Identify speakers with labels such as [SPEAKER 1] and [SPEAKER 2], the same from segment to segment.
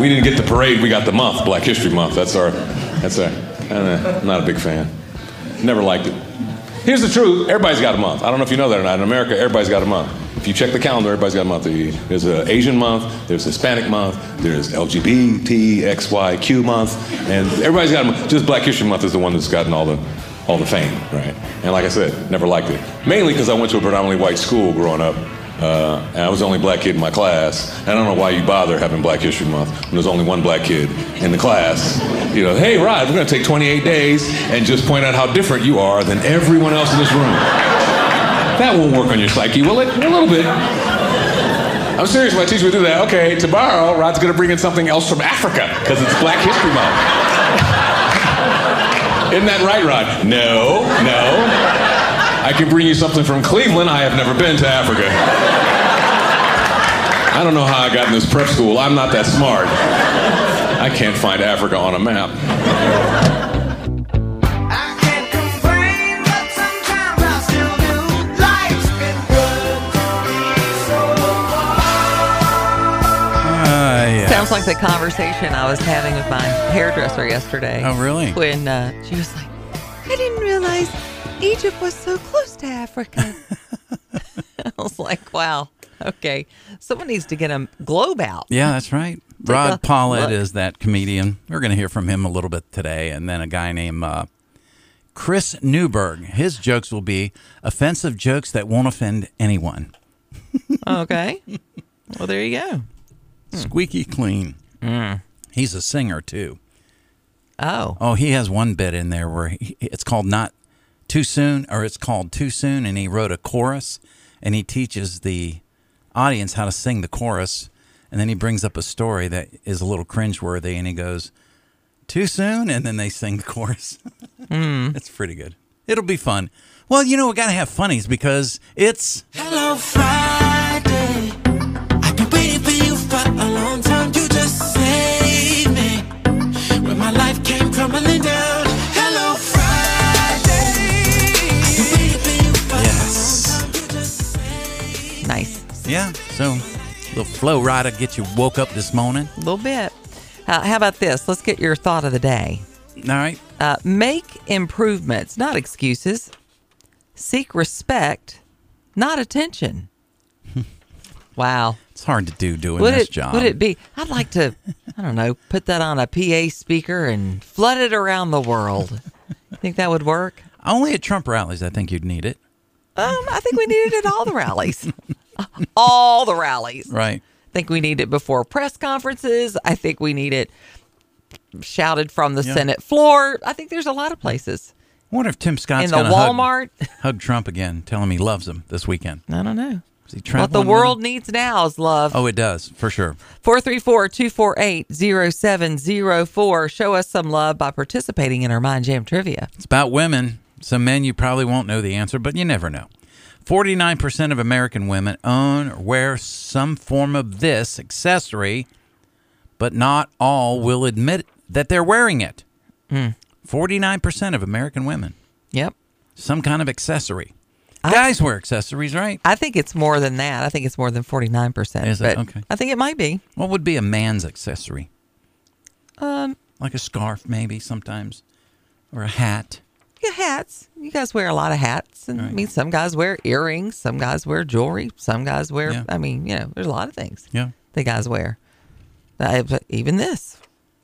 [SPEAKER 1] we didn't get the parade. We got the month, Black History Month. That's our. That's our. I'm not a big fan. Never liked it. Here's the truth. Everybody's got a month. I don't know if you know that or not. In America, everybody's got a month. If you check the calendar, everybody's got a month. There's an Asian month. There's Hispanic month. There's LGBTXYQ month, and everybody's got a month. Just Black History Month is the one that's gotten all the all the fame, right? And like I said, never liked it. Mainly because I went to a predominantly white school growing up, uh, and I was the only black kid in my class. And I don't know why you bother having Black History Month when there's only one black kid in the class. You know, hey, Rod, we're going to take 28 days and just point out how different you are than everyone else in this room. That won't work on your psyche, will it? A little bit. I'm serious, my teacher would do that. Okay, tomorrow, Rod's going to bring in something else from Africa because it's Black History Month. Isn't that right, Rod? No, no. I can bring you something from Cleveland. I have never been to Africa. I don't know how I got in this prep school. I'm not that smart. I can't find Africa on a map.
[SPEAKER 2] I can't complain, but sometimes I still do. Life's been good to me so
[SPEAKER 3] Uh,
[SPEAKER 4] Sounds like the conversation I was having with my hairdresser yesterday.
[SPEAKER 3] Oh, really?
[SPEAKER 4] When uh, she was like, I didn't realize Egypt was so close to Africa. I was like, wow, okay. Someone needs to get a globe out.
[SPEAKER 3] Yeah, that's right.
[SPEAKER 4] Take a
[SPEAKER 3] Rod Pollitt
[SPEAKER 4] look.
[SPEAKER 3] is that comedian. We're going to hear from him a little bit today, and then a guy named uh, Chris Newberg. His jokes will be offensive jokes that won't offend anyone.
[SPEAKER 4] Okay. well, there you go.
[SPEAKER 3] Squeaky clean.
[SPEAKER 4] Mm.
[SPEAKER 3] He's a singer too.
[SPEAKER 4] Oh,
[SPEAKER 3] Oh, he has one bit in there where he, it's called not too soon, or it's called too soon, and he wrote a chorus, and he teaches the audience how to sing the chorus, and then he brings up a story that is a little cringeworthy, and he goes too soon, and then they sing the chorus.
[SPEAKER 4] Hmm.
[SPEAKER 3] It's pretty good. It'll be fun. Well, you know we gotta have funnies because it's
[SPEAKER 2] Hello Friday. I've been waiting for you for a long time. You just saved me. When my life came crumbling down. Hello Friday. I've been waiting for you for
[SPEAKER 3] yes,
[SPEAKER 4] nice.
[SPEAKER 3] yeah. So, little flow rider get you woke up this morning.
[SPEAKER 4] A little bit. Uh, how about this? Let's get your thought of the day.
[SPEAKER 3] All right.
[SPEAKER 4] Uh, make improvements, not excuses. Seek respect, not attention. wow.
[SPEAKER 3] It's hard to do doing
[SPEAKER 4] Would
[SPEAKER 3] this
[SPEAKER 4] it,
[SPEAKER 3] job.
[SPEAKER 4] would it be? I'd like to, I don't know, put that on a PA speaker and flood it around the world. You think that would work?
[SPEAKER 3] Only at Trump rallies, I think you'd need it.
[SPEAKER 4] Um, I think we need it at all the rallies. all the rallies.
[SPEAKER 3] Right.
[SPEAKER 4] I think we need it before press conferences. I think we need it shouted from the Senate floor. I think there's a lot of places.
[SPEAKER 3] I wonder if Tim Scott's
[SPEAKER 4] In the
[SPEAKER 3] gonna hug-
[SPEAKER 4] Walmart.
[SPEAKER 3] Hug, Trump again, tell him he loves him this weekend.
[SPEAKER 4] I don't know.
[SPEAKER 3] Is he
[SPEAKER 4] What the
[SPEAKER 3] traveling with
[SPEAKER 4] world
[SPEAKER 3] him?
[SPEAKER 4] needs now is love.
[SPEAKER 3] Oh, it does for sure.
[SPEAKER 4] 434 248 0704. Show us some love by participating in our Mind Jam trivia.
[SPEAKER 3] It's about women. Some men you probably won't know the answer, but you never know. Forty-nine percent of American women own or wear some form of this accessory, but not all will admit that they're wearing it.
[SPEAKER 4] Hmm.
[SPEAKER 3] Forty-nine percent of American women
[SPEAKER 4] Yep.
[SPEAKER 3] some kind of accessory. Guys wear accessories, right?
[SPEAKER 4] I think it's more than that. I think it's more than 49%.
[SPEAKER 3] Is it?
[SPEAKER 4] but
[SPEAKER 3] Okay.
[SPEAKER 4] I think it might be.
[SPEAKER 3] What would be a man's accessory? Um, like a scarf, maybe sometimes, or a hat.
[SPEAKER 4] Yeah, hats. You guys wear a lot of hats. And I mean, some guys wear earrings, some guys wear jewelry, some guys wear,
[SPEAKER 3] Yeah.
[SPEAKER 4] I mean, you know, there's a lot of things
[SPEAKER 3] Yeah.
[SPEAKER 4] that guys wear. Uh, but even this.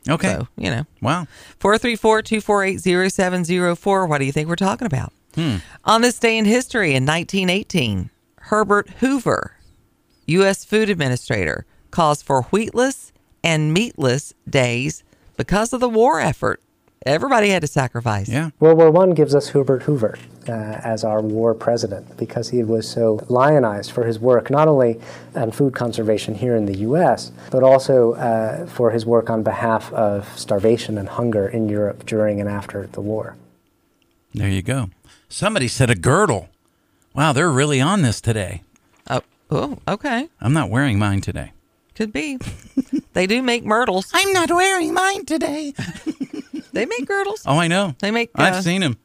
[SPEAKER 3] Okay.
[SPEAKER 4] So, you know.
[SPEAKER 3] Wow.
[SPEAKER 4] 434 248 0704. What do you think we're talking about? Hmm. On this day in history in 1918, Herbert Hoover, U.S. Food Administrator, calls for wheatless and meatless days because of the war effort. Everybody had to sacrifice.
[SPEAKER 3] Yeah.
[SPEAKER 5] World War One gives us Herbert Hoover uh, as our war president because he was so lionized for his work, not only on food conservation here in the U.S., but also uh, for his work on behalf of starvation and hunger in Europe during and after the war.
[SPEAKER 3] There you go. Somebody said a girdle. Wow, they're really on this today.
[SPEAKER 4] Oh, oh okay.
[SPEAKER 3] I'm not wearing mine today.
[SPEAKER 4] Could be. they do make myrtles.
[SPEAKER 3] I'm not wearing mine today.
[SPEAKER 4] They make girdles.
[SPEAKER 3] Oh, I know.
[SPEAKER 4] They make, uh,
[SPEAKER 3] I've seen them.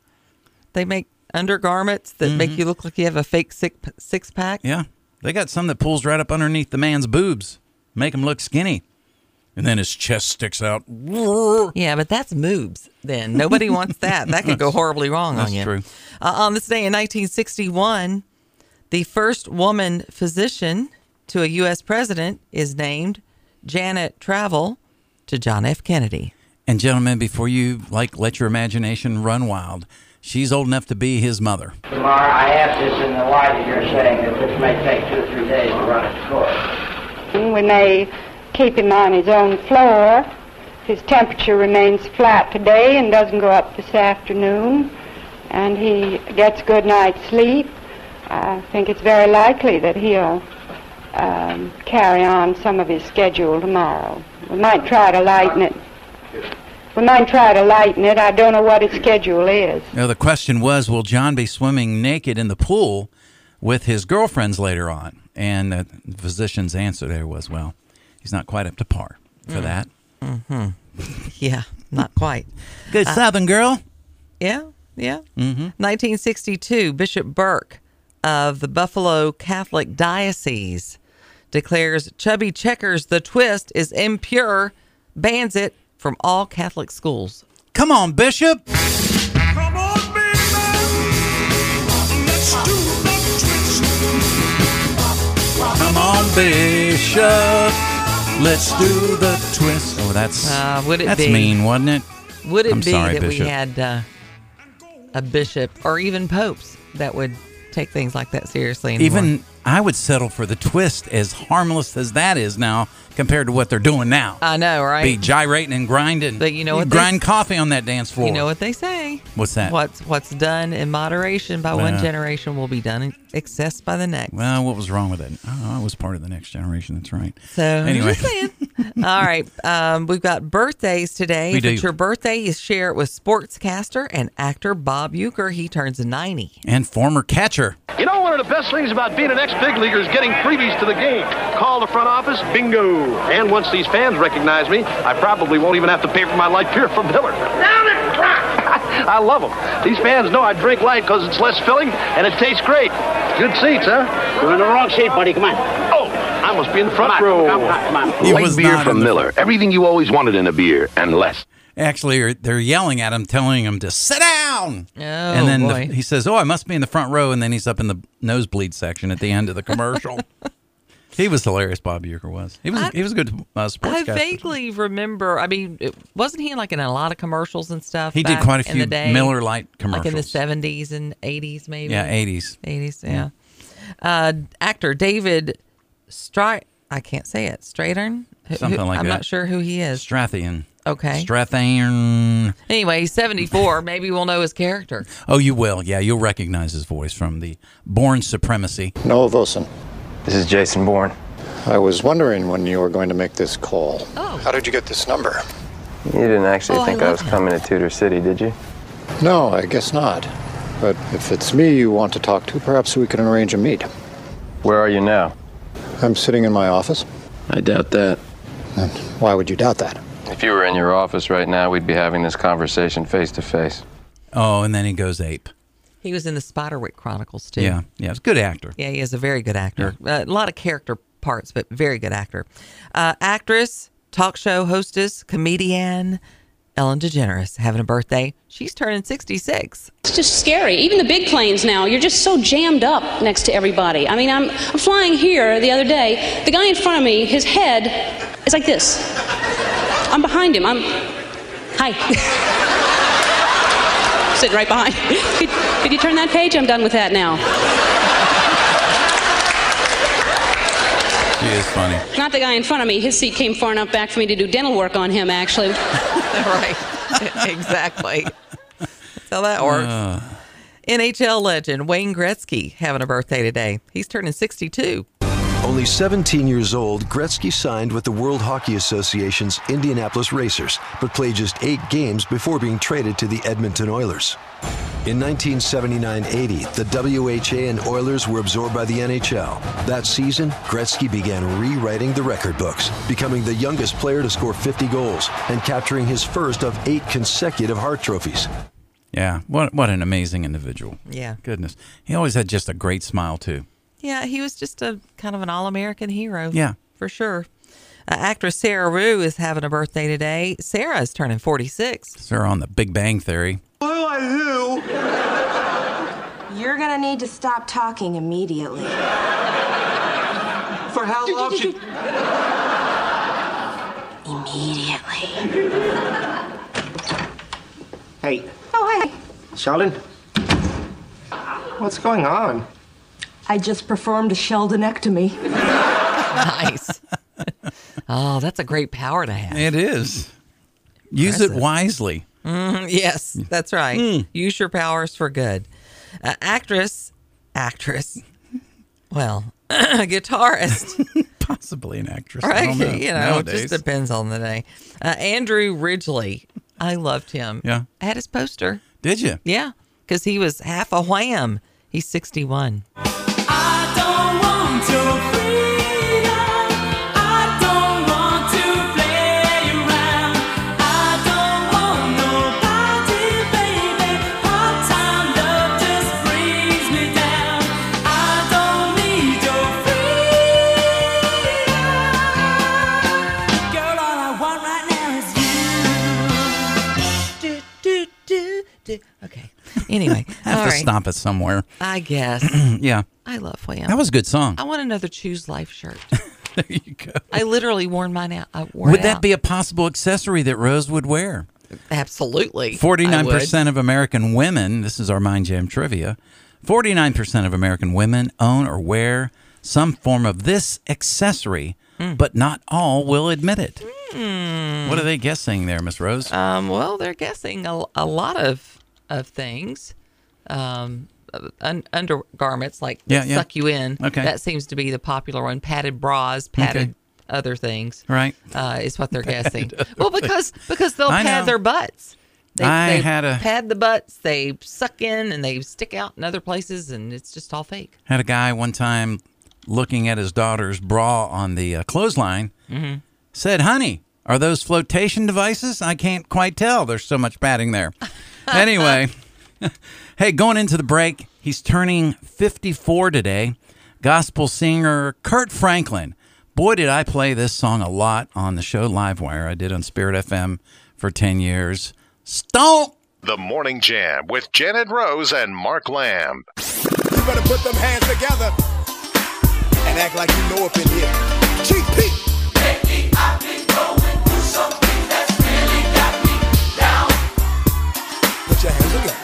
[SPEAKER 4] They make undergarments that
[SPEAKER 3] Mm-hmm.
[SPEAKER 4] make you look like you have a fake six, six pack.
[SPEAKER 3] Yeah. They got some that pulls right up underneath the man's boobs, make him look skinny. and then his chest sticks out.
[SPEAKER 4] Yeah, but that's moobs then. Nobody wants that. That could go horribly wrong
[SPEAKER 3] That's
[SPEAKER 4] on you.
[SPEAKER 3] true.
[SPEAKER 4] Uh, on this day in 1961, the first woman physician to a U.S. president is named Janet Travel to John F. Kennedy.
[SPEAKER 3] And gentlemen, before you like let your imagination run wild, she's old enough to be his mother.
[SPEAKER 6] Lamar, I asked this in the light of your saying that this may take two or three days to run its course.
[SPEAKER 7] We may keep him on his own floor. His temperature remains flat today and doesn't go up this afternoon. And he gets good night's sleep. I think it's very likely that he'll um, carry on some of his schedule tomorrow. We might try to lighten it. We might try to lighten it. I don't know what his schedule is.
[SPEAKER 3] Now, the question was, will John be swimming naked in the pool with his girlfriends later on? And the physician's answer there was, well, he's not quite up to par for
[SPEAKER 4] Mm.
[SPEAKER 3] that.
[SPEAKER 4] Yeah, not quite.
[SPEAKER 3] Good
[SPEAKER 4] Uh,
[SPEAKER 3] Southern girl.
[SPEAKER 4] Yeah, yeah. Mm-hmm. 1962, Bishop Burke of the Buffalo Catholic Diocese declares Chubby Checkers the Twist is impure, bans it from all Catholic schools.
[SPEAKER 3] Come on, Bishop.
[SPEAKER 2] Come on, baby. Let's do the twist.
[SPEAKER 3] Come on, Bishop. Let's do the twist. Oh, that's
[SPEAKER 4] Uh, would it
[SPEAKER 3] that's
[SPEAKER 4] be-
[SPEAKER 3] mean, wasn't it?
[SPEAKER 4] Would it
[SPEAKER 3] I'm
[SPEAKER 4] be
[SPEAKER 3] sorry,
[SPEAKER 4] that
[SPEAKER 3] Bishop.
[SPEAKER 4] we had uh, a bishop or even popes that would take things like that seriously? Anymore?
[SPEAKER 3] Even I would settle for the twist, as harmless as that is now compared to what they're doing now.
[SPEAKER 4] I know, right?
[SPEAKER 3] be gyrating and grinding.
[SPEAKER 4] But you know what they-
[SPEAKER 3] Grind coffee on that dance floor.
[SPEAKER 4] You know what they say.
[SPEAKER 3] What's that?
[SPEAKER 4] What's what's done in moderation by one
[SPEAKER 3] Well-
[SPEAKER 4] generation will be done in excess by the next.
[SPEAKER 3] Well, what was wrong with it? Oh, I was part of the next generation. That's right.
[SPEAKER 4] So
[SPEAKER 3] anyway,
[SPEAKER 4] just saying. All right, um, we've got birthdays today.
[SPEAKER 3] We
[SPEAKER 4] if it's
[SPEAKER 3] do.
[SPEAKER 4] your birthday, you share it with sportscaster and actor Bob Euchre. He turns ninety.
[SPEAKER 3] and former catcher.
[SPEAKER 8] You know, one of the best things about being an ex big leaguer is getting freebies to the game. Call the front office, bingo. And once these fans recognize me, I probably won't even have to pay for my light beer from Miller. Down and I love them. These fans know I drink light because it's less filling and it tastes great. Good seats, huh?
[SPEAKER 6] You're in the wrong seat, buddy. Come on.
[SPEAKER 8] Oh, I must be in the front
[SPEAKER 6] Come
[SPEAKER 8] row.
[SPEAKER 6] on. Come on. Come on.
[SPEAKER 3] He
[SPEAKER 9] Light
[SPEAKER 3] was
[SPEAKER 9] beer
[SPEAKER 3] not in
[SPEAKER 9] from
[SPEAKER 3] the-
[SPEAKER 9] Miller. Everything you always wanted in a beer, and less.
[SPEAKER 3] Actually, are- they're yelling at him, telling him to sit down.
[SPEAKER 4] Oh,
[SPEAKER 3] and then the-
[SPEAKER 4] boy.
[SPEAKER 3] he says, "Oh, I must be in the front row." And then he's up in the nosebleed section at the end of the commercial. he was hilarious. Bob Uecker was. He was.
[SPEAKER 4] I-
[SPEAKER 3] he was a good uh, sports
[SPEAKER 4] I vaguely remember. I mean, it- wasn't he like in a lot of commercials and stuff?
[SPEAKER 3] He did
[SPEAKER 4] back
[SPEAKER 3] quite a
[SPEAKER 4] in the
[SPEAKER 3] few
[SPEAKER 4] day?
[SPEAKER 3] Miller Lite
[SPEAKER 4] like
[SPEAKER 3] commercials.
[SPEAKER 4] in the seventies and eighties, maybe.
[SPEAKER 3] Yeah, eighties.
[SPEAKER 4] eighties. Yeah. Uh, actor David Stri I can't say it. Stratern. Who- who-
[SPEAKER 3] Something like
[SPEAKER 4] I'm
[SPEAKER 3] that.
[SPEAKER 4] not sure who he is.
[SPEAKER 3] Strathian.
[SPEAKER 4] Okay.
[SPEAKER 3] Strathian.
[SPEAKER 4] Anyway, he's 74. Maybe we'll know his character.
[SPEAKER 3] Oh, you will. Yeah, you'll recognize his voice from the Born Supremacy.
[SPEAKER 10] Noah Vosen,
[SPEAKER 11] This is Jason Bourne.
[SPEAKER 10] I was wondering when you were going to make this call.
[SPEAKER 4] Oh.
[SPEAKER 10] How did you get this number?
[SPEAKER 11] You didn't actually
[SPEAKER 4] Oh, I
[SPEAKER 11] think I,
[SPEAKER 4] love
[SPEAKER 11] was
[SPEAKER 4] him.
[SPEAKER 11] coming to Tudor City, did you?
[SPEAKER 10] No, I guess not. But if it's me you want to talk to, perhaps we can arrange a meet.
[SPEAKER 11] Where are you now?
[SPEAKER 10] I'm sitting in my office.
[SPEAKER 11] I doubt that.
[SPEAKER 10] And why would you doubt that?
[SPEAKER 11] If you were in your office right now, we'd be having this conversation face to face.
[SPEAKER 3] Oh, and then he goes ape.
[SPEAKER 4] He was in the Spiderwick Chronicles too.
[SPEAKER 3] Yeah, yeah, he's a good actor.
[SPEAKER 4] Yeah, he is a very good actor. Uh, a lot of character parts, but very good actor. Uh, actress, talk show hostess, comedian Ellen DeGeneres having a birthday. She's turning 66.
[SPEAKER 7] It's just scary. Even the big planes now, you're just so jammed up next to everybody. I mean, I'm, I'm flying here the other day. The guy in front of me, his head is like this. I'm behind him. I'm. Hi. Sitting right behind. could, could you turn that page? I'm done with that now.
[SPEAKER 3] She is funny.
[SPEAKER 7] Not the guy in front of me. His seat came far enough back for me to do dental work on him, actually.
[SPEAKER 4] right. exactly. That's how that works. NHL legend Wayne Gretzky having a birthday today. He's turning 62.
[SPEAKER 8] Only 17 years old, Gretzky signed with the World Hockey Association's Indianapolis Racers, but played just eight games before being traded to the Edmonton Oilers. In 1979 80, the WHA and Oilers were absorbed by the NHL. That season, Gretzky began rewriting the record books, becoming the youngest player to score 50 goals and capturing his first of eight consecutive Hart trophies.
[SPEAKER 3] Yeah, what what an amazing individual.
[SPEAKER 4] Yeah.
[SPEAKER 3] Goodness. He always had just a great smile too.
[SPEAKER 4] Yeah, he was just a kind of an all American hero.
[SPEAKER 3] Yeah.
[SPEAKER 4] For sure. Uh, actress Sarah Rue is having a birthday today. Sarah is turning 46.
[SPEAKER 3] Sarah on the Big Bang Theory.
[SPEAKER 12] You're gonna need to stop talking immediately.
[SPEAKER 13] For how long should...
[SPEAKER 12] Immediately.
[SPEAKER 14] Hey,
[SPEAKER 12] Oh, hey.
[SPEAKER 14] Sheldon? What's going on?
[SPEAKER 12] I just performed a Sheldonectomy.
[SPEAKER 4] nice. oh, that's a great power to have.
[SPEAKER 3] It is. Use it
[SPEAKER 4] Impressive.
[SPEAKER 3] wisely.
[SPEAKER 4] Mhm, yes, that's right. Use your powers for good. Uh, actress, actress, well, guitarist.
[SPEAKER 3] Possibly an actress. I
[SPEAKER 4] Right?
[SPEAKER 3] don't know.
[SPEAKER 4] You know, it
[SPEAKER 3] Nowadays.
[SPEAKER 4] just depends on the day. Uh, Andrew Ridgely. I loved him.
[SPEAKER 3] Yeah.
[SPEAKER 4] I had his poster.
[SPEAKER 3] Did you?
[SPEAKER 4] Yeah. Because he was half a wham. He's 61. Do, do, do, do. Okay. Anyway.
[SPEAKER 3] I have
[SPEAKER 4] all
[SPEAKER 3] to
[SPEAKER 4] right.
[SPEAKER 3] stop it somewhere.
[SPEAKER 4] I guess.
[SPEAKER 3] yeah.
[SPEAKER 4] I love Wham.
[SPEAKER 3] That was a good song.
[SPEAKER 4] I want another Choose Life shirt.
[SPEAKER 3] there you go.
[SPEAKER 4] I literally worn mine out. I wore
[SPEAKER 3] Would
[SPEAKER 4] it
[SPEAKER 3] that
[SPEAKER 4] out.
[SPEAKER 3] be a possible accessory that Rose would wear?
[SPEAKER 4] Absolutely. I
[SPEAKER 3] Forty-nine
[SPEAKER 4] would.
[SPEAKER 3] percent of American women. This is our mind jam trivia. Forty-nine percent of American women own or wear some form of this accessory, but not all will admit it. What are they guessing there, Miss Rose?
[SPEAKER 4] Um, well, they're guessing a, a lot of of things. Um, un, undergarments like that
[SPEAKER 3] Yeah, yeah.
[SPEAKER 4] suck you in.
[SPEAKER 3] Okay.
[SPEAKER 4] That seems to be the popular one. Padded bras, padded other things.
[SPEAKER 3] Right.
[SPEAKER 4] Uh, is what they're guessing.
[SPEAKER 3] other
[SPEAKER 4] Well, because because they'll
[SPEAKER 3] I
[SPEAKER 4] pad
[SPEAKER 3] know.
[SPEAKER 4] their butts. They,
[SPEAKER 3] I
[SPEAKER 4] they
[SPEAKER 3] had a-
[SPEAKER 4] pad the butts. They suck in and they stick out in other places, and it's just all fake.
[SPEAKER 3] Had a guy one time looking at his daughter's bra on the uh, clothesline.
[SPEAKER 4] Mhm.
[SPEAKER 3] Said, "Honey, are those flotation devices? I can't quite tell. There's so much padding there." anyway, hey, going into the break, he's turning 54 today. Gospel singer Kurt Franklin. Boy, did I play this song a lot on the show Livewire. I did on Spirit FM for 10 years. Stomp!
[SPEAKER 15] The Morning Jam with Janet Rose and Mark Lamb.
[SPEAKER 16] You better put them hands together and act like you know up in here. GP. Put your hands together.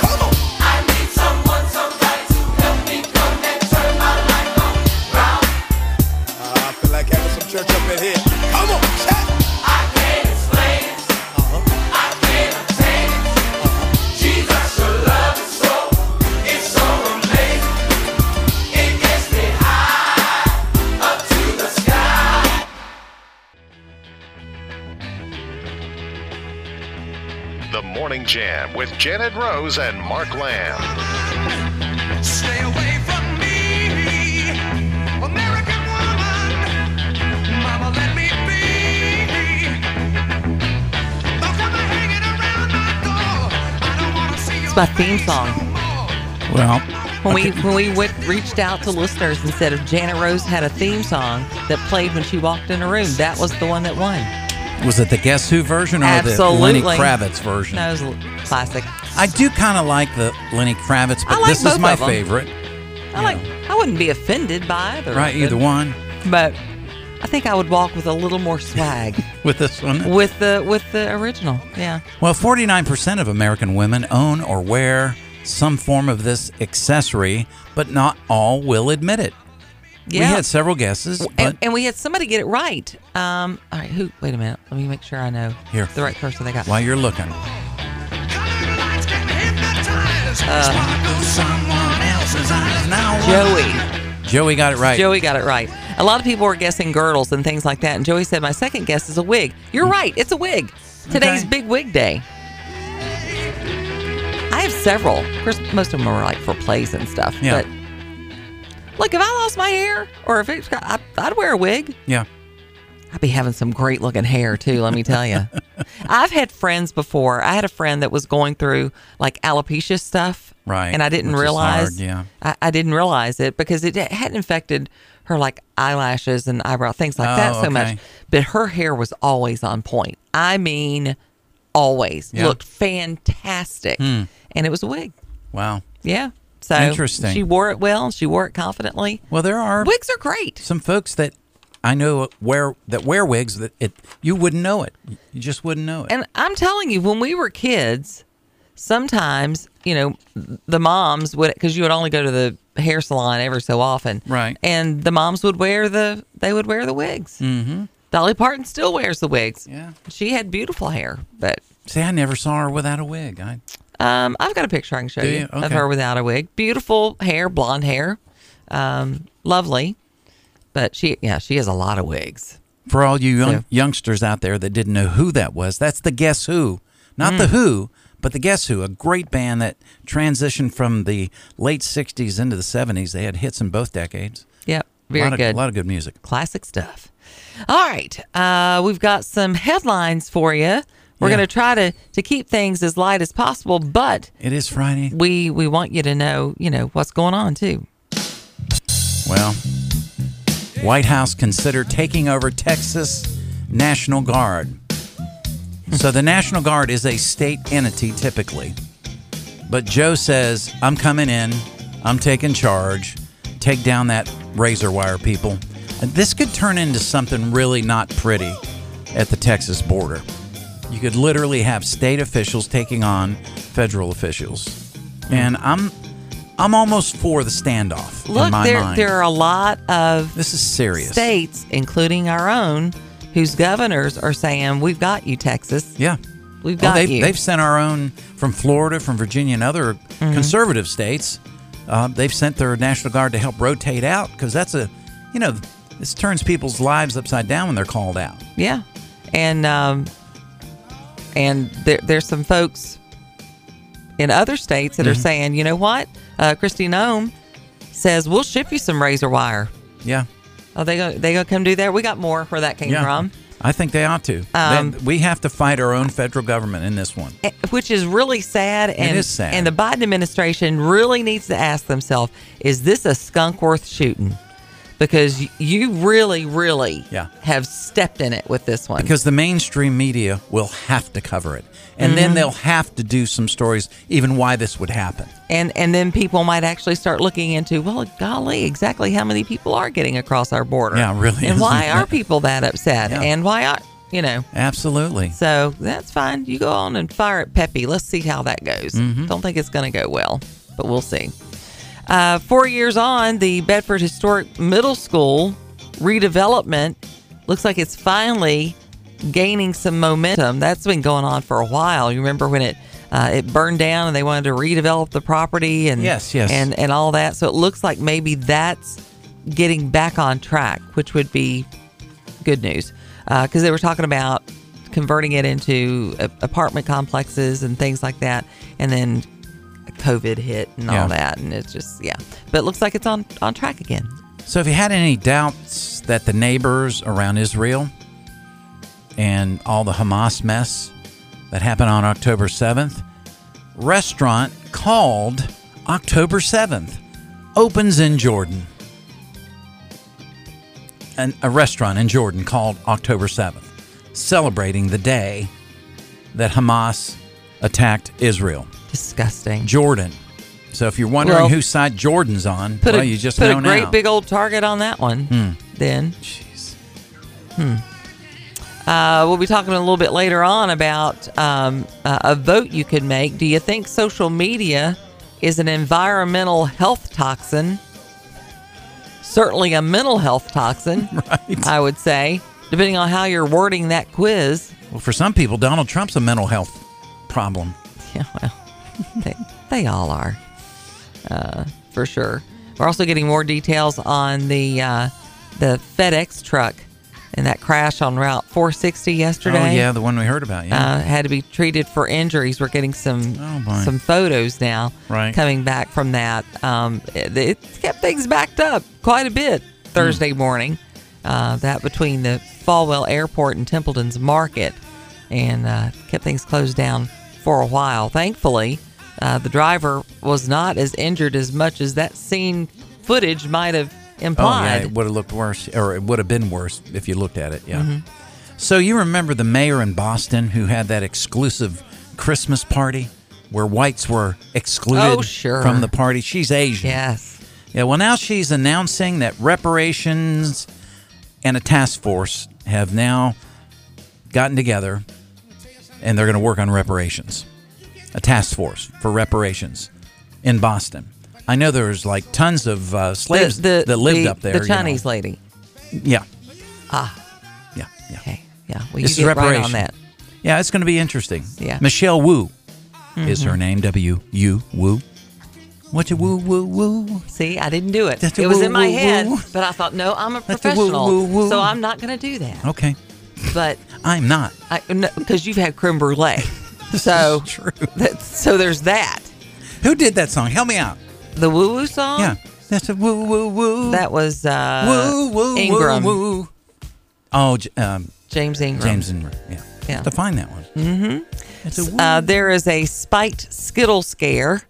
[SPEAKER 16] Come on. I need someone, somebody to help me connect, turn my life around. I feel like having some church up in here. Come on, Uh-huh. chat. I can't explain it. I can't obtain it. Uh-huh. Jesus, your love is so, it's so amazing. It gets me high up to the sky.
[SPEAKER 15] The Morning Jam with Janet Rose and Mark Lamb.
[SPEAKER 13] Stay away from me, American woman. Mama, let me be. Don't Oh, come hanging around my door. I don't wanna see
[SPEAKER 4] It's my theme song.
[SPEAKER 3] Well,
[SPEAKER 4] When we when we went, reached out to listeners and said if Janet Rose had a theme song that played when she walked in a room, that was the one that won.
[SPEAKER 3] was it the Guess Who version or
[SPEAKER 4] Absolutely,
[SPEAKER 3] the Lenny Kravitz version?
[SPEAKER 4] That was l- classic.
[SPEAKER 3] I do kind of like the Lenny Kravitz, but
[SPEAKER 4] I like
[SPEAKER 3] this
[SPEAKER 4] both
[SPEAKER 3] is my
[SPEAKER 4] of 'em.
[SPEAKER 3] favorite.
[SPEAKER 4] I like. I wouldn't be offended by either. of
[SPEAKER 3] Right, either
[SPEAKER 4] them,
[SPEAKER 3] one
[SPEAKER 4] But I think I would walk with a little more swag
[SPEAKER 3] with this one.
[SPEAKER 4] with the with the original. Yeah.
[SPEAKER 3] Well, 49% of American women own or wear some form of this accessory, but not all will admit it. We
[SPEAKER 4] Yeah.
[SPEAKER 3] had several guesses, but
[SPEAKER 4] And, and we had somebody get it right. Um. All right. Who? Wait a minute. Let me make sure I know
[SPEAKER 3] Here.
[SPEAKER 4] the right person they got.
[SPEAKER 3] while you're looking,
[SPEAKER 4] Uh. Joey.
[SPEAKER 3] Joey got it right.
[SPEAKER 4] Joey got it right. A lot of people were guessing girdles and things like that. And Joey said, My second guess is a wig. You're right. It's a wig. Today's
[SPEAKER 3] Okay.
[SPEAKER 4] Big Wig Day. I have several. Of course, most of them are like for plays and stuff.
[SPEAKER 3] Yeah.
[SPEAKER 4] But look, if I lost my hair or if it's got, I, I'd wear a wig.
[SPEAKER 3] Yeah.
[SPEAKER 4] I'd be having some great looking hair too, let me tell you. I've had friends before. I had a friend that was going through like alopecia stuff.
[SPEAKER 3] Right,
[SPEAKER 4] And I didn't
[SPEAKER 3] which is hard,
[SPEAKER 4] realize
[SPEAKER 3] yeah.
[SPEAKER 4] I, I didn't realize it because it hadn't affected her like eyelashes and eyebrow things like that so
[SPEAKER 3] Oh,
[SPEAKER 4] much.
[SPEAKER 3] okay.
[SPEAKER 4] But her hair was always on point. I mean always.
[SPEAKER 3] Yeah.
[SPEAKER 4] Looked fantastic.
[SPEAKER 3] Hmm.
[SPEAKER 4] And it was a wig.
[SPEAKER 3] Wow.
[SPEAKER 4] Yeah. So
[SPEAKER 3] Interesting.
[SPEAKER 4] She wore it well. She wore it confidently.
[SPEAKER 3] Well, there are
[SPEAKER 4] wigs are great.
[SPEAKER 3] Some folks that I know wear that wear wigs that it you wouldn't know it. You just wouldn't know it.
[SPEAKER 4] And I'm telling you, when we were kids, sometimes you know the moms would because you would only go to the hair salon every so often, right? And the moms would wear the they would wear the wigs.
[SPEAKER 3] Mm-hmm.
[SPEAKER 4] Dolly Parton still wears the wigs. Yeah, she had beautiful hair, but
[SPEAKER 3] See, I never saw her without a wig. I
[SPEAKER 4] um, I've got a picture I can show
[SPEAKER 3] Do
[SPEAKER 4] you,
[SPEAKER 3] you?
[SPEAKER 4] of
[SPEAKER 3] Okay.
[SPEAKER 4] her without a wig. Beautiful hair, blonde hair, um, lovely. But she, yeah, she has a lot of wigs.
[SPEAKER 3] for all you young,
[SPEAKER 4] Yeah.
[SPEAKER 3] youngsters out there that didn't know who that was, that's the Guess Who, not
[SPEAKER 4] Mm.
[SPEAKER 3] the Who, but the Guess Who, a great band that transitioned from the late '60s into the '70s. They had hits in both decades.
[SPEAKER 4] Yep,
[SPEAKER 3] A
[SPEAKER 4] very
[SPEAKER 3] lot of-
[SPEAKER 4] good.
[SPEAKER 3] A lot of good music.
[SPEAKER 4] Classic stuff. All right. Uh, we've got some headlines for you. We're going to try to to keep things as light as possible, but
[SPEAKER 3] it is Friday.
[SPEAKER 4] We we want you to know, you know, what's going on too.
[SPEAKER 3] Well, White House consider taking over Texas National Guard. so the National Guard is a state entity typically. But Joe says, I'm coming in, I'm taking charge, take down that razor wire, people. And this could turn into something really not pretty at the Texas border. You could literally have state officials taking on federal officials. And I'm I'm almost for the standoff in
[SPEAKER 4] Look,
[SPEAKER 3] my
[SPEAKER 4] there
[SPEAKER 3] mind.
[SPEAKER 4] there are a lot of
[SPEAKER 3] This is serious.
[SPEAKER 4] states, including our own, whose governors are saying, "We've got you, Texas."
[SPEAKER 3] Yeah,
[SPEAKER 4] we've
[SPEAKER 3] Well,
[SPEAKER 4] got
[SPEAKER 3] they've,
[SPEAKER 4] you.
[SPEAKER 3] they've sent our own from Florida, from Virginia, and other
[SPEAKER 4] Mm-hmm.
[SPEAKER 3] conservative states. Uh, they've sent their National Guard to help rotate out because that's a, you know, this turns people's lives upside down when they're called out.
[SPEAKER 4] Yeah, and um, and there, there's some folks in other states that are
[SPEAKER 3] Mhm.
[SPEAKER 4] saying, you know what? Uh, Christy Nome says we'll ship you some razor wire.
[SPEAKER 3] Yeah.
[SPEAKER 4] Oh, they go they gonna come do that. We got more where that came
[SPEAKER 3] yeah.
[SPEAKER 4] from,
[SPEAKER 3] I think they ought to. They-
[SPEAKER 4] Um,
[SPEAKER 3] we have to fight our own federal government in this one.
[SPEAKER 4] Eh, which is really sad. And
[SPEAKER 3] is sad.
[SPEAKER 4] And the Biden administration really needs to ask themselves: Is this a skunk worth shooting? Because y- you really, really
[SPEAKER 3] Yeah.
[SPEAKER 4] have stepped in it with this one.
[SPEAKER 3] Because the mainstream media will have to cover it. And
[SPEAKER 4] Mhm.
[SPEAKER 3] then they'll have to do some stories, even why this would happen.
[SPEAKER 4] and and then people might actually start looking into well golly exactly how many people are getting across our border
[SPEAKER 3] Yeah, it really
[SPEAKER 4] and
[SPEAKER 3] is.
[SPEAKER 4] why are people that upset
[SPEAKER 3] Yeah.
[SPEAKER 4] and why are you know
[SPEAKER 3] Absolutely.
[SPEAKER 4] so that's fine you go on and fire at peppy let's see how that goes
[SPEAKER 3] Mhm.
[SPEAKER 4] don't think it's going to go well but we'll see uh, four years on the bedford historic middle school redevelopment looks like it's finally gaining some momentum that's been going on for a while you remember when it uh, it burned down and they wanted to redevelop the property and
[SPEAKER 3] Yes, yes.
[SPEAKER 4] and and all that. So it looks like maybe that's getting back on track, which would be good news because they were talking about converting it into a- apartment complexes and things like that, and then COVID hit and
[SPEAKER 3] Yeah.
[SPEAKER 4] all that, and it's just yeah. But it looks like it's on on track again.
[SPEAKER 3] So, if you had any doubts that the neighbors around Israel and all the Hamas mess that happened on October 7th, restaurant called October 7th opens in Jordan. An, a restaurant in Jordan called October 7th, celebrating the day that Hamas attacked Israel.
[SPEAKER 4] Disgusting.
[SPEAKER 3] Jordan. So, if you're wondering
[SPEAKER 4] Well,
[SPEAKER 3] whose side Jordan's on,
[SPEAKER 4] Put
[SPEAKER 3] well,
[SPEAKER 4] a,
[SPEAKER 3] you just
[SPEAKER 4] put
[SPEAKER 3] know
[SPEAKER 4] a great
[SPEAKER 3] now.
[SPEAKER 4] big old target on that one.
[SPEAKER 3] Hmm.
[SPEAKER 4] Then,
[SPEAKER 3] jeez.
[SPEAKER 4] Hmm. Uh, we'll be talking a little bit later on about um, uh, a vote you could make. Do you think social media is an environmental health toxin? Certainly a mental health toxin,
[SPEAKER 3] right.
[SPEAKER 4] I would say, depending on how you're wording that quiz.
[SPEAKER 3] Well, for some people, Donald Trump's a mental health problem. Oh,
[SPEAKER 4] Yeah, well, they, they all are, uh, for sure. We're also getting more details on the uh, the FedEx truck and that crash on Route 460 yesterday.
[SPEAKER 3] Oh yeah, the one we heard about. Yeah,
[SPEAKER 4] uh, had to be treated for injuries. We're getting some
[SPEAKER 3] Oh, my.
[SPEAKER 4] some photos now
[SPEAKER 3] Right.
[SPEAKER 4] coming back from
[SPEAKER 3] Hmm.
[SPEAKER 4] that. Um, it, it kept things backed up quite a bit Thursday morning. uh, that between the Falwell Airport and Templeton's Market, and uh, kept things closed down for a while. Thankfully, uh, the driver was not as injured as much as that scene footage might have
[SPEAKER 3] Oh, yeah,
[SPEAKER 4] implied.
[SPEAKER 3] it would have looked worse, or it would have been worse if you looked at it. Yeah.
[SPEAKER 4] Mhm.
[SPEAKER 3] So you remember the mayor in Boston who had that exclusive Christmas party where whites were excluded
[SPEAKER 4] Oh, sure.
[SPEAKER 3] from the party? She's Asian.
[SPEAKER 4] Yes.
[SPEAKER 3] Yeah. Well, now she's announcing that reparations and a task force have now gotten together and they're going to work on reparations. A task force for reparations in Boston. I know there's like tons of uh, slaves that lived
[SPEAKER 4] the-
[SPEAKER 3] up there.
[SPEAKER 4] The
[SPEAKER 3] you know.
[SPEAKER 4] Chinese lady.
[SPEAKER 3] Yeah.
[SPEAKER 4] Ah,
[SPEAKER 3] Yeah. Yeah.
[SPEAKER 4] Okay. yeah. Well,
[SPEAKER 3] This is
[SPEAKER 4] you get right on
[SPEAKER 3] reparation.
[SPEAKER 4] that.
[SPEAKER 3] Yeah, it's going to be interesting.
[SPEAKER 4] Yeah.
[SPEAKER 3] Michelle Wu is
[SPEAKER 4] Mhm.
[SPEAKER 3] her name. W U Wu. What you woo woo woo?
[SPEAKER 4] See, I didn't do it.
[SPEAKER 3] That's a
[SPEAKER 4] It was
[SPEAKER 3] woo,
[SPEAKER 4] in my
[SPEAKER 3] woo,
[SPEAKER 4] head,
[SPEAKER 3] woo.
[SPEAKER 4] but I thought, no, I'm a
[SPEAKER 3] That's a woo,
[SPEAKER 4] professional,
[SPEAKER 3] woo, woo.
[SPEAKER 4] so I'm not going to do that.
[SPEAKER 3] Okay.
[SPEAKER 4] But
[SPEAKER 3] I'm not.
[SPEAKER 4] because you've had creme brulee, so
[SPEAKER 3] true.
[SPEAKER 4] so there's that.
[SPEAKER 3] Who did that song? Help me out.
[SPEAKER 4] The woo woo song.
[SPEAKER 3] Yeah. That's a woo woo woo.
[SPEAKER 4] Um, That was uh,
[SPEAKER 3] Woo, woo, woo,
[SPEAKER 4] Ingram.
[SPEAKER 3] woo. Oh, J- um,
[SPEAKER 4] James Ingram.
[SPEAKER 3] James Ingram. Yeah.
[SPEAKER 4] Yeah.
[SPEAKER 3] To find that one. It's a
[SPEAKER 4] Mm-hmm. Uh, there is a spiked Skittle scare.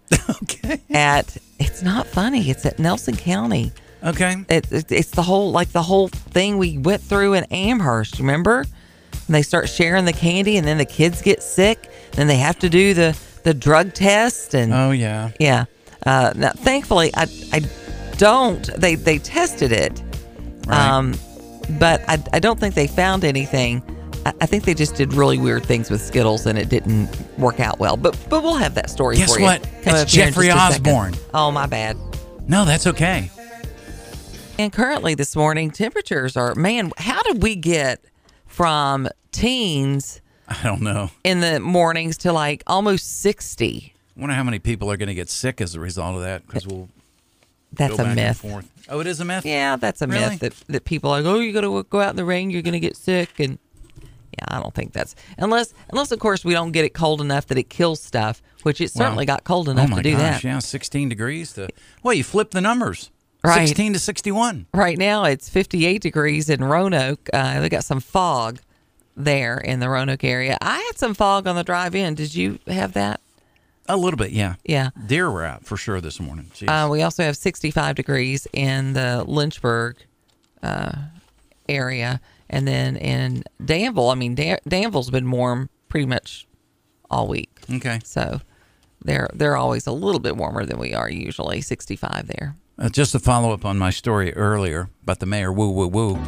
[SPEAKER 4] okay. At it's not funny. It's at Nelson County.
[SPEAKER 3] Okay.
[SPEAKER 4] It, it, it's the whole like the whole thing we went through in Amherst. Remember? And they start sharing the candy, and then the kids get sick. Then they have to do the the drug test, and
[SPEAKER 3] Oh yeah.
[SPEAKER 4] yeah. Uh, now, thankfully, I I don't. They they tested it, um, but I I don't think they found anything. I, I think they just did really weird things with Skittles, and it didn't work out well. But but we'll have that story.
[SPEAKER 3] Guess
[SPEAKER 4] for you.
[SPEAKER 3] what?
[SPEAKER 4] Come
[SPEAKER 3] It's
[SPEAKER 4] up here in
[SPEAKER 3] Jeffrey
[SPEAKER 4] just a second.
[SPEAKER 3] Osborne.
[SPEAKER 4] Oh my bad.
[SPEAKER 3] No, that's okay.
[SPEAKER 4] And currently this morning, temperatures are man. How did we get from teens
[SPEAKER 3] I don't know.
[SPEAKER 4] in the mornings to like almost sixty?
[SPEAKER 3] Wonder how many people are going to get sick as a result of that because we'll.
[SPEAKER 4] That's
[SPEAKER 3] go
[SPEAKER 4] a
[SPEAKER 3] back
[SPEAKER 4] myth.
[SPEAKER 3] And forth. Oh, it is a myth.
[SPEAKER 4] Yeah, that's a
[SPEAKER 3] Really?
[SPEAKER 4] myth that, that people are like, oh, you're gonna go out in the rain, you're gonna get sick, and yeah, I don't think that's unless unless of course we don't get it cold enough that it kills stuff, which it
[SPEAKER 3] Wow.
[SPEAKER 4] certainly got cold enough
[SPEAKER 3] oh my
[SPEAKER 4] to do
[SPEAKER 3] gosh,
[SPEAKER 4] that.
[SPEAKER 3] Yeah, 16 degrees to. Well, you flip the numbers.
[SPEAKER 4] Right.
[SPEAKER 3] 16 to 61.
[SPEAKER 4] Right now it's 58 degrees in Roanoke. Uh, they got some fog there in the Roanoke area. I had some fog on the drive in. Did you have that?
[SPEAKER 3] A little bit, yeah.
[SPEAKER 4] Yeah.
[SPEAKER 3] Deer were out for sure this morning. Jeez.
[SPEAKER 4] Uh, we also have 65 degrees in the Lynchburg uh, area. And then in Danville, I mean, Dan- Danville's been warm pretty much all week.
[SPEAKER 3] Okay.
[SPEAKER 4] So they're, they're always a little bit warmer than we are usually, 65 there.
[SPEAKER 3] Uh, just to follow up on my story earlier about the mayor, woo, woo, woo.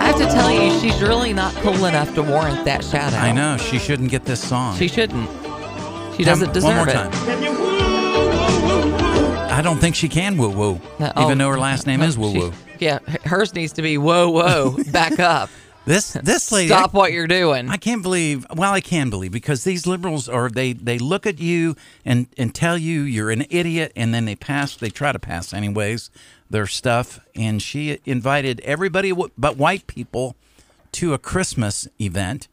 [SPEAKER 4] I have to tell you, she's really not cool enough to warrant that shout out.
[SPEAKER 3] I know. She shouldn't get this song.
[SPEAKER 4] She shouldn't. She
[SPEAKER 3] One-
[SPEAKER 4] doesn't deserve
[SPEAKER 3] One more
[SPEAKER 4] it.
[SPEAKER 3] time. I don't think she can woo woo,
[SPEAKER 4] No,
[SPEAKER 3] even
[SPEAKER 4] oh,
[SPEAKER 3] though her last name
[SPEAKER 4] no,
[SPEAKER 3] is woo
[SPEAKER 4] she-
[SPEAKER 3] woo.
[SPEAKER 4] Yeah, hers needs to be whoa, whoa, back up.
[SPEAKER 3] This this lady.
[SPEAKER 4] Stop
[SPEAKER 3] I-
[SPEAKER 4] what you're doing.
[SPEAKER 3] I can't believe. Well, I can believe because these liberals are they they look at you and and tell you you're an idiot, and then they pass. They try to pass anyways their stuff. And she invited everybody w- but white people to a Christmas event,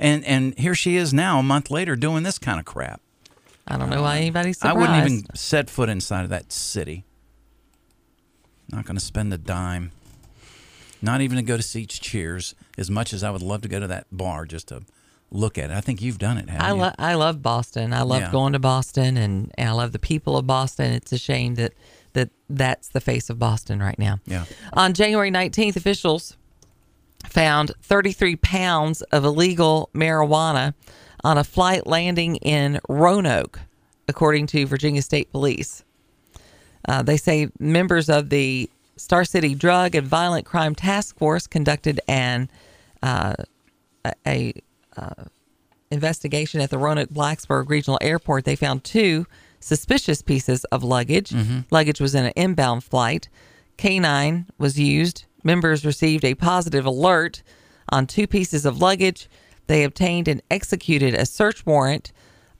[SPEAKER 3] and and here she is now a month later doing this kind of crap.
[SPEAKER 4] I don't know why anybody's
[SPEAKER 3] Uh, I
[SPEAKER 4] surprised.
[SPEAKER 3] wouldn't even set foot inside of that city. Not going to spend a dime. Not even to go to see Cheers. As much as I would love to go to that bar just to look at it. I think you've done it, haven't
[SPEAKER 4] I,
[SPEAKER 3] you?
[SPEAKER 4] lo- I love Boston. I love
[SPEAKER 3] Yeah.
[SPEAKER 4] going to Boston, and, and I love the people of Boston. It's a shame that that that's the face of Boston right now.
[SPEAKER 3] Yeah.
[SPEAKER 4] On January 19th, officials found 33 pounds of illegal marijuana on a flight landing in Roanoke, according to Virginia State Police. Uh, they say members of the Star City Drug and Violent Crime Task Force conducted an uh, a, a uh, investigation at the Roanoke Blacksburg Regional Airport. They found two suspicious pieces of luggage.
[SPEAKER 8] Mhm.
[SPEAKER 4] Luggage was in an inbound flight. Canine was used. Members received a positive alert on two pieces of luggage. They obtained and executed a search warrant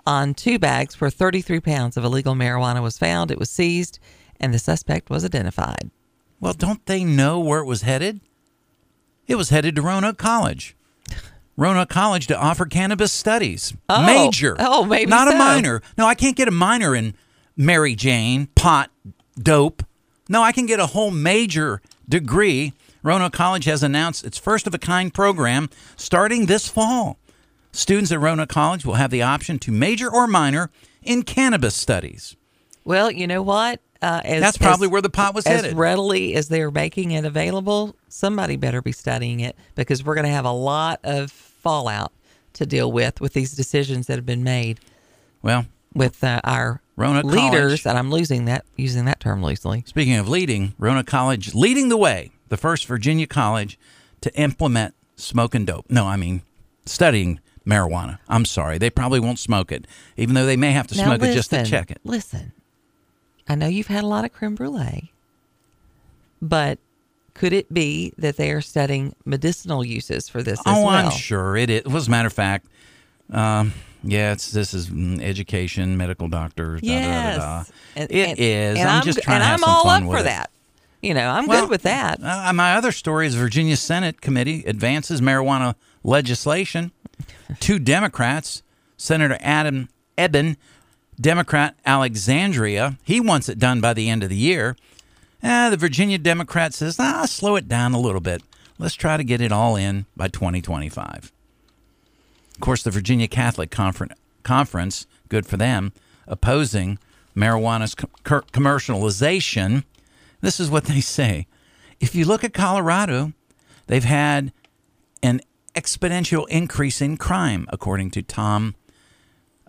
[SPEAKER 4] on two bags where 33 pounds of illegal marijuana was found. It was seized, and the suspect was identified.
[SPEAKER 3] Well, don't they know where it was headed? It was headed to Roanoke College. Roanoke College to offer cannabis studies.
[SPEAKER 4] Oh.
[SPEAKER 3] Major.
[SPEAKER 4] Oh, maybe
[SPEAKER 3] Not
[SPEAKER 4] so.
[SPEAKER 3] a minor. No, I can't get a minor in Mary Jane, pot, dope. No, I can get a whole major degree. Roanoke College has announced its first of a kind program starting this fall. Students at Roanoke College will have the option to major or minor in cannabis studies.
[SPEAKER 4] Well, you know what? Uh, as,
[SPEAKER 3] That's probably where the pot was
[SPEAKER 4] as
[SPEAKER 3] headed.
[SPEAKER 4] readily as they're making it available, somebody better be studying it because we're going to have a lot of fallout to deal with with these decisions that have been made.
[SPEAKER 3] Well,
[SPEAKER 4] with uh, our
[SPEAKER 3] Roanoke
[SPEAKER 4] leaders,
[SPEAKER 3] College-
[SPEAKER 4] and I'm losing that using that term loosely.
[SPEAKER 3] Speaking of leading, Roanoke College leading the way, the first Virginia college to implement smoke and dope. No, I mean studying marijuana. I'm sorry. They probably won't smoke it, even though they may have to
[SPEAKER 4] Now
[SPEAKER 3] smoke it just to
[SPEAKER 4] listen,
[SPEAKER 3] check it.
[SPEAKER 4] Listen, I know you've had a lot of creme brulee, but could it be that they are studying medicinal uses for this as
[SPEAKER 3] oh,
[SPEAKER 4] well?
[SPEAKER 3] I'm sure it is. Well, as a matter of fact, um, yeah, it's, this is mm, education, medical doctors. da, da, da, da,
[SPEAKER 4] Yes,
[SPEAKER 3] da.
[SPEAKER 4] And-
[SPEAKER 3] It
[SPEAKER 4] and-
[SPEAKER 3] is.
[SPEAKER 4] and
[SPEAKER 3] I'm, just trying
[SPEAKER 4] and
[SPEAKER 3] to have
[SPEAKER 4] I'm
[SPEAKER 3] some
[SPEAKER 4] all
[SPEAKER 3] fun
[SPEAKER 4] up
[SPEAKER 3] with
[SPEAKER 4] for
[SPEAKER 3] it.
[SPEAKER 4] that. You know, I'm
[SPEAKER 3] Well,
[SPEAKER 4] good with that.
[SPEAKER 3] Uh, my other story is Virginia Senate committee advances marijuana legislation. Two Democrats, Senator Adam Eben, Democrat Alexandria, he wants it done by the end of the year. Eh, the Virginia Democrat says, ah, slow it down a little bit. Let's try to get it all in by 2025. Of course, the Virginia Catholic Confer- Conference, good for them, opposing marijuana's co- cur- commercialization. This is what they say. If you look at Colorado, they've had an exponential increase in crime, according to Tom.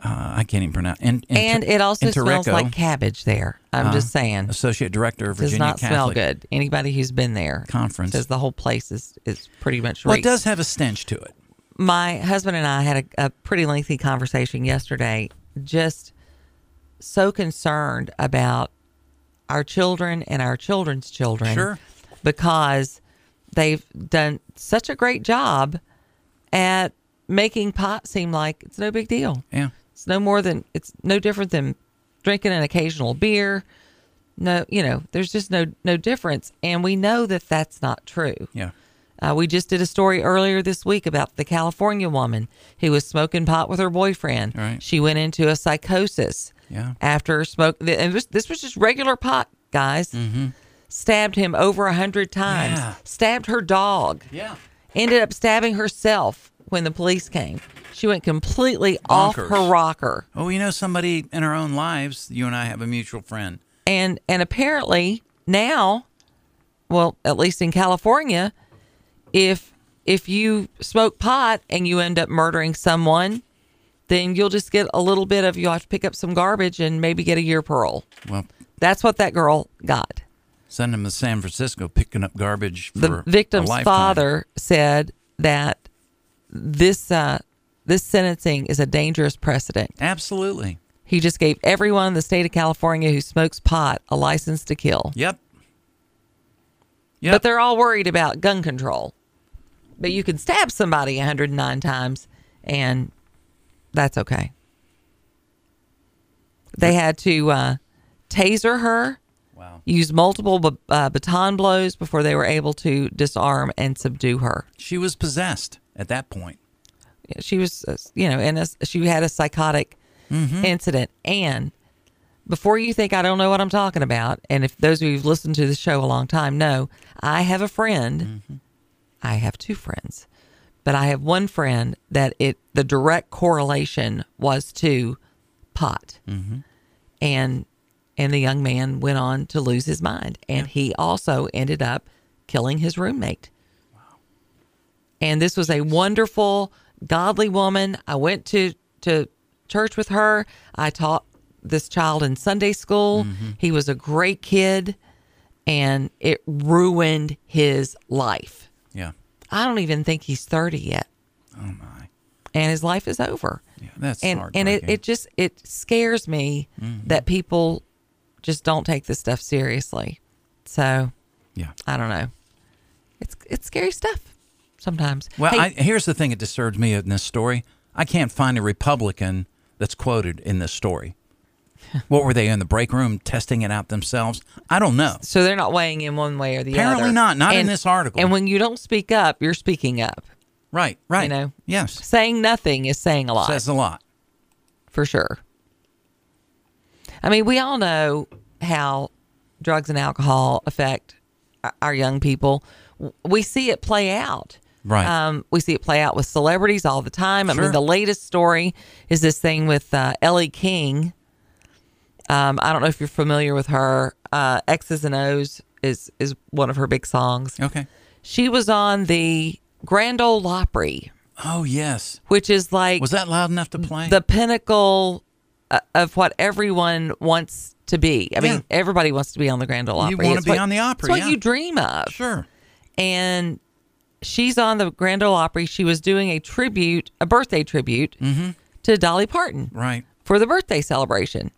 [SPEAKER 3] Uh, I can't even pronounce. In, in,
[SPEAKER 4] And it also smells like cabbage there. I'm just saying.
[SPEAKER 3] Associate director of Uh,
[SPEAKER 4] Does
[SPEAKER 3] Virginia
[SPEAKER 4] not
[SPEAKER 3] Catholic
[SPEAKER 4] smell good. Anybody who's been there
[SPEAKER 3] Conference.
[SPEAKER 4] says the whole place is is pretty much.
[SPEAKER 3] Well, it
[SPEAKER 4] reeked.
[SPEAKER 3] does have a stench to it.
[SPEAKER 4] my husband and I had a, a pretty lengthy conversation yesterday, just so concerned about our children and our children's children.
[SPEAKER 3] Sure.
[SPEAKER 4] Because they've done such a great job at making pot seem like it's no big deal.
[SPEAKER 3] Yeah.
[SPEAKER 4] It's no more than, it's no different than drinking an occasional beer. No, you know, there's just no no difference, and we know that that's not true.
[SPEAKER 3] Yeah.
[SPEAKER 4] Uh, we just did a story earlier this week about the California woman who was smoking pot with her boyfriend.
[SPEAKER 3] Right.
[SPEAKER 4] She went into a psychosis.
[SPEAKER 3] Yeah.
[SPEAKER 4] After smoke, th- and this, this was just regular pot, guys. Stabbed him over a hundred times.
[SPEAKER 3] Mm-hmm. Yeah.
[SPEAKER 4] Stabbed her dog.
[SPEAKER 3] Yeah.
[SPEAKER 4] Ended up stabbing herself when the police came. She went completely off
[SPEAKER 3] Bonkers.
[SPEAKER 4] her rocker.
[SPEAKER 3] Oh, you know somebody in our own lives. You and I have a mutual friend.
[SPEAKER 4] and and apparently now well at least in california if if you smoke pot and you end up murdering someone then you'll just get a little bit of you'll have to pick up some garbage and maybe get a year parole
[SPEAKER 3] Well,
[SPEAKER 4] that's what that girl got
[SPEAKER 3] send him to San Francisco picking up garbage for
[SPEAKER 4] the
[SPEAKER 3] a
[SPEAKER 4] victim's
[SPEAKER 3] lifetime.
[SPEAKER 4] father said that this uh, this sentencing is a dangerous precedent
[SPEAKER 3] Absolutely.
[SPEAKER 4] he just gave everyone in the state of california who smokes pot a license to kill
[SPEAKER 3] Yep.
[SPEAKER 4] But they're all worried about gun control. But you can stab somebody 109 times, and that's okay. They had to uh, taser her,
[SPEAKER 3] wow.
[SPEAKER 4] use multiple b- uh, baton blows before they were able to disarm and subdue her.
[SPEAKER 3] She was possessed at that point.
[SPEAKER 4] She was, uh, you know, and she had a psychotic incident. And before you think I don't know what I'm talking about, and if those of you who've listened to the show a long time know, I have a friend. I have two friends, but I have one friend that it the direct correlation was to pot, and and the young man went on to lose his mind, and he also ended up killing his roommate. And this was a wonderful, godly woman. I went to to church with her. I taught this child in Sunday school.
[SPEAKER 3] Mm-hmm.
[SPEAKER 4] He was a great kid, and it ruined his life.
[SPEAKER 3] Yeah.
[SPEAKER 4] I don't even think he's 30 yet.
[SPEAKER 3] Oh my.
[SPEAKER 4] And his life is over.
[SPEAKER 3] Yeah, that's
[SPEAKER 4] and and it,
[SPEAKER 3] heartbreaking.
[SPEAKER 4] it just it scares me
[SPEAKER 3] Mhm.
[SPEAKER 4] that people just don't take this stuff seriously. So
[SPEAKER 3] Yeah.
[SPEAKER 4] I don't know. It's it's scary stuff sometimes.
[SPEAKER 3] Well,
[SPEAKER 4] Hey,
[SPEAKER 3] I, here's the thing that disturbs me in this story. I can't find a Republican that's quoted in this story. what were they in the break room testing it out themselves? I don't know.
[SPEAKER 4] so they're not weighing in one way or the other.
[SPEAKER 3] Apparently not, not in this article.
[SPEAKER 4] And when you don't speak up, you're speaking up.
[SPEAKER 3] Right. Right.
[SPEAKER 4] You know.
[SPEAKER 3] Yes.
[SPEAKER 4] Saying nothing is saying a lot.
[SPEAKER 3] Says a lot.
[SPEAKER 4] for sure. I mean, we all know how drugs and alcohol affect our- our young people. W- We see it play out.
[SPEAKER 3] Right.
[SPEAKER 4] Um, we see it play out with celebrities all the time. I
[SPEAKER 3] Sure.
[SPEAKER 4] mean, the latest story is this thing with uh, Ellie King. Um, I don't know if you're familiar with her. Uh, X's and O's is is one of her big songs.
[SPEAKER 3] Okay.
[SPEAKER 4] She was on the Grand Ole Opry,
[SPEAKER 3] Oh yes.
[SPEAKER 4] which is like
[SPEAKER 3] Was that loud enough to play?
[SPEAKER 4] the pinnacle uh, of what everyone wants to be. I mean, everybody wants to be on the Grand Ole Opry.
[SPEAKER 3] You wanna
[SPEAKER 4] It's
[SPEAKER 3] be
[SPEAKER 4] what-
[SPEAKER 3] on the Opry,
[SPEAKER 4] It's what
[SPEAKER 3] yeah.
[SPEAKER 4] you dream of.
[SPEAKER 3] Sure.
[SPEAKER 4] And she's on the Grand Ole Opry. She was doing a tribute, a birthday tribute to Dolly Parton
[SPEAKER 3] Mm-hmm. right.
[SPEAKER 4] for the birthday celebration.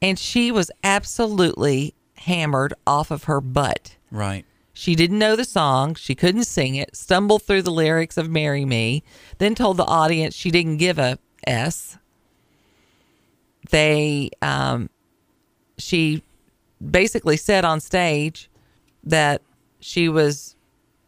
[SPEAKER 4] And she was absolutely hammered off of her butt.
[SPEAKER 3] Right.
[SPEAKER 4] She didn't know the song. She couldn't sing it. Stumbled through the lyrics of Marry Me, then told the audience she didn't give a S. They, um, she basically said on stage that she was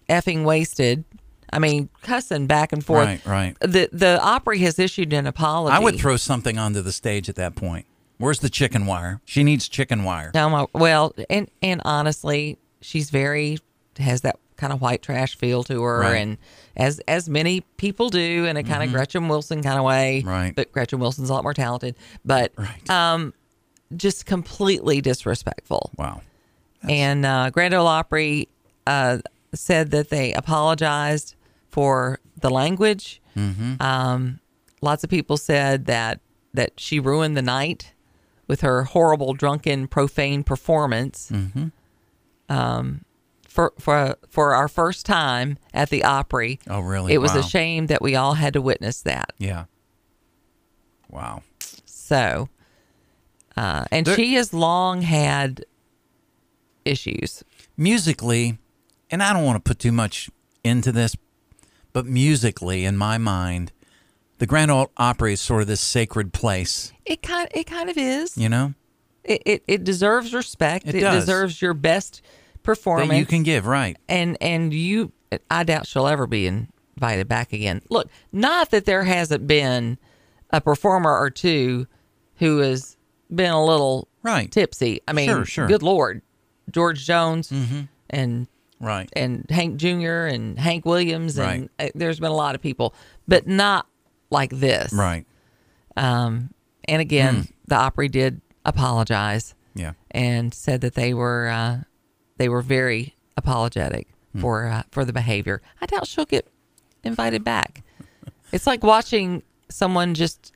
[SPEAKER 4] effing wasted. I mean, cussing back and forth.
[SPEAKER 3] Right, right.
[SPEAKER 4] The the Opry has issued an apology.
[SPEAKER 3] I would throw something onto the stage at that point. Where's the chicken wire? She needs chicken wire.
[SPEAKER 4] No, my, well, and and honestly, she's very has that kind of white trash feel to her,
[SPEAKER 3] Right. Mm-hmm.
[SPEAKER 4] and as as many people do, in a kind of Gretchen Wilson kind of way.
[SPEAKER 3] Right.
[SPEAKER 4] But Gretchen Wilson's a lot more talented, but um, just completely disrespectful.
[SPEAKER 3] Wow.
[SPEAKER 4] And uh, Grand Ole Opry uh, said that they apologized for the language.
[SPEAKER 3] Mhm.
[SPEAKER 4] Um, lots of people said that that she ruined the night with her horrible, drunken, profane performance.
[SPEAKER 3] Mhm.
[SPEAKER 4] Um, for for for our first time at the Opry.
[SPEAKER 3] Oh, really?
[SPEAKER 4] It was
[SPEAKER 3] Wow.
[SPEAKER 4] a shame that we all had to witness that.
[SPEAKER 3] Yeah. Wow.
[SPEAKER 4] So, uh, and
[SPEAKER 3] There-
[SPEAKER 4] she has long had issues.
[SPEAKER 3] musically, and I don't want to put too much into this, but musically, in my mind, the Grand Ole Opry is sort of this sacred place,
[SPEAKER 4] It kind it kind of is.
[SPEAKER 3] you know,
[SPEAKER 4] It it, it deserves respect.
[SPEAKER 3] It does.
[SPEAKER 4] deserves your best performance.
[SPEAKER 3] that you can give, right?
[SPEAKER 4] and and you I doubt she'll ever be invited back again. Look, not that there hasn't been a performer or two who has been a little
[SPEAKER 3] Right.
[SPEAKER 4] tipsy. I mean,
[SPEAKER 3] Sure, sure. Mm-hmm.
[SPEAKER 4] good lord, George Jones and
[SPEAKER 3] Right.
[SPEAKER 4] and Hank Jr. and Hank Williams and
[SPEAKER 3] Right.
[SPEAKER 4] uh, there's been a lot of people, but not like this.
[SPEAKER 3] Right. Mm.
[SPEAKER 4] Um, and again, the Opry did apologize.
[SPEAKER 3] Yeah.
[SPEAKER 4] And said that they were uh, they were very apologetic
[SPEAKER 3] Hmm.
[SPEAKER 4] for uh, for the behavior. I doubt she'll get invited back. it's like watching someone just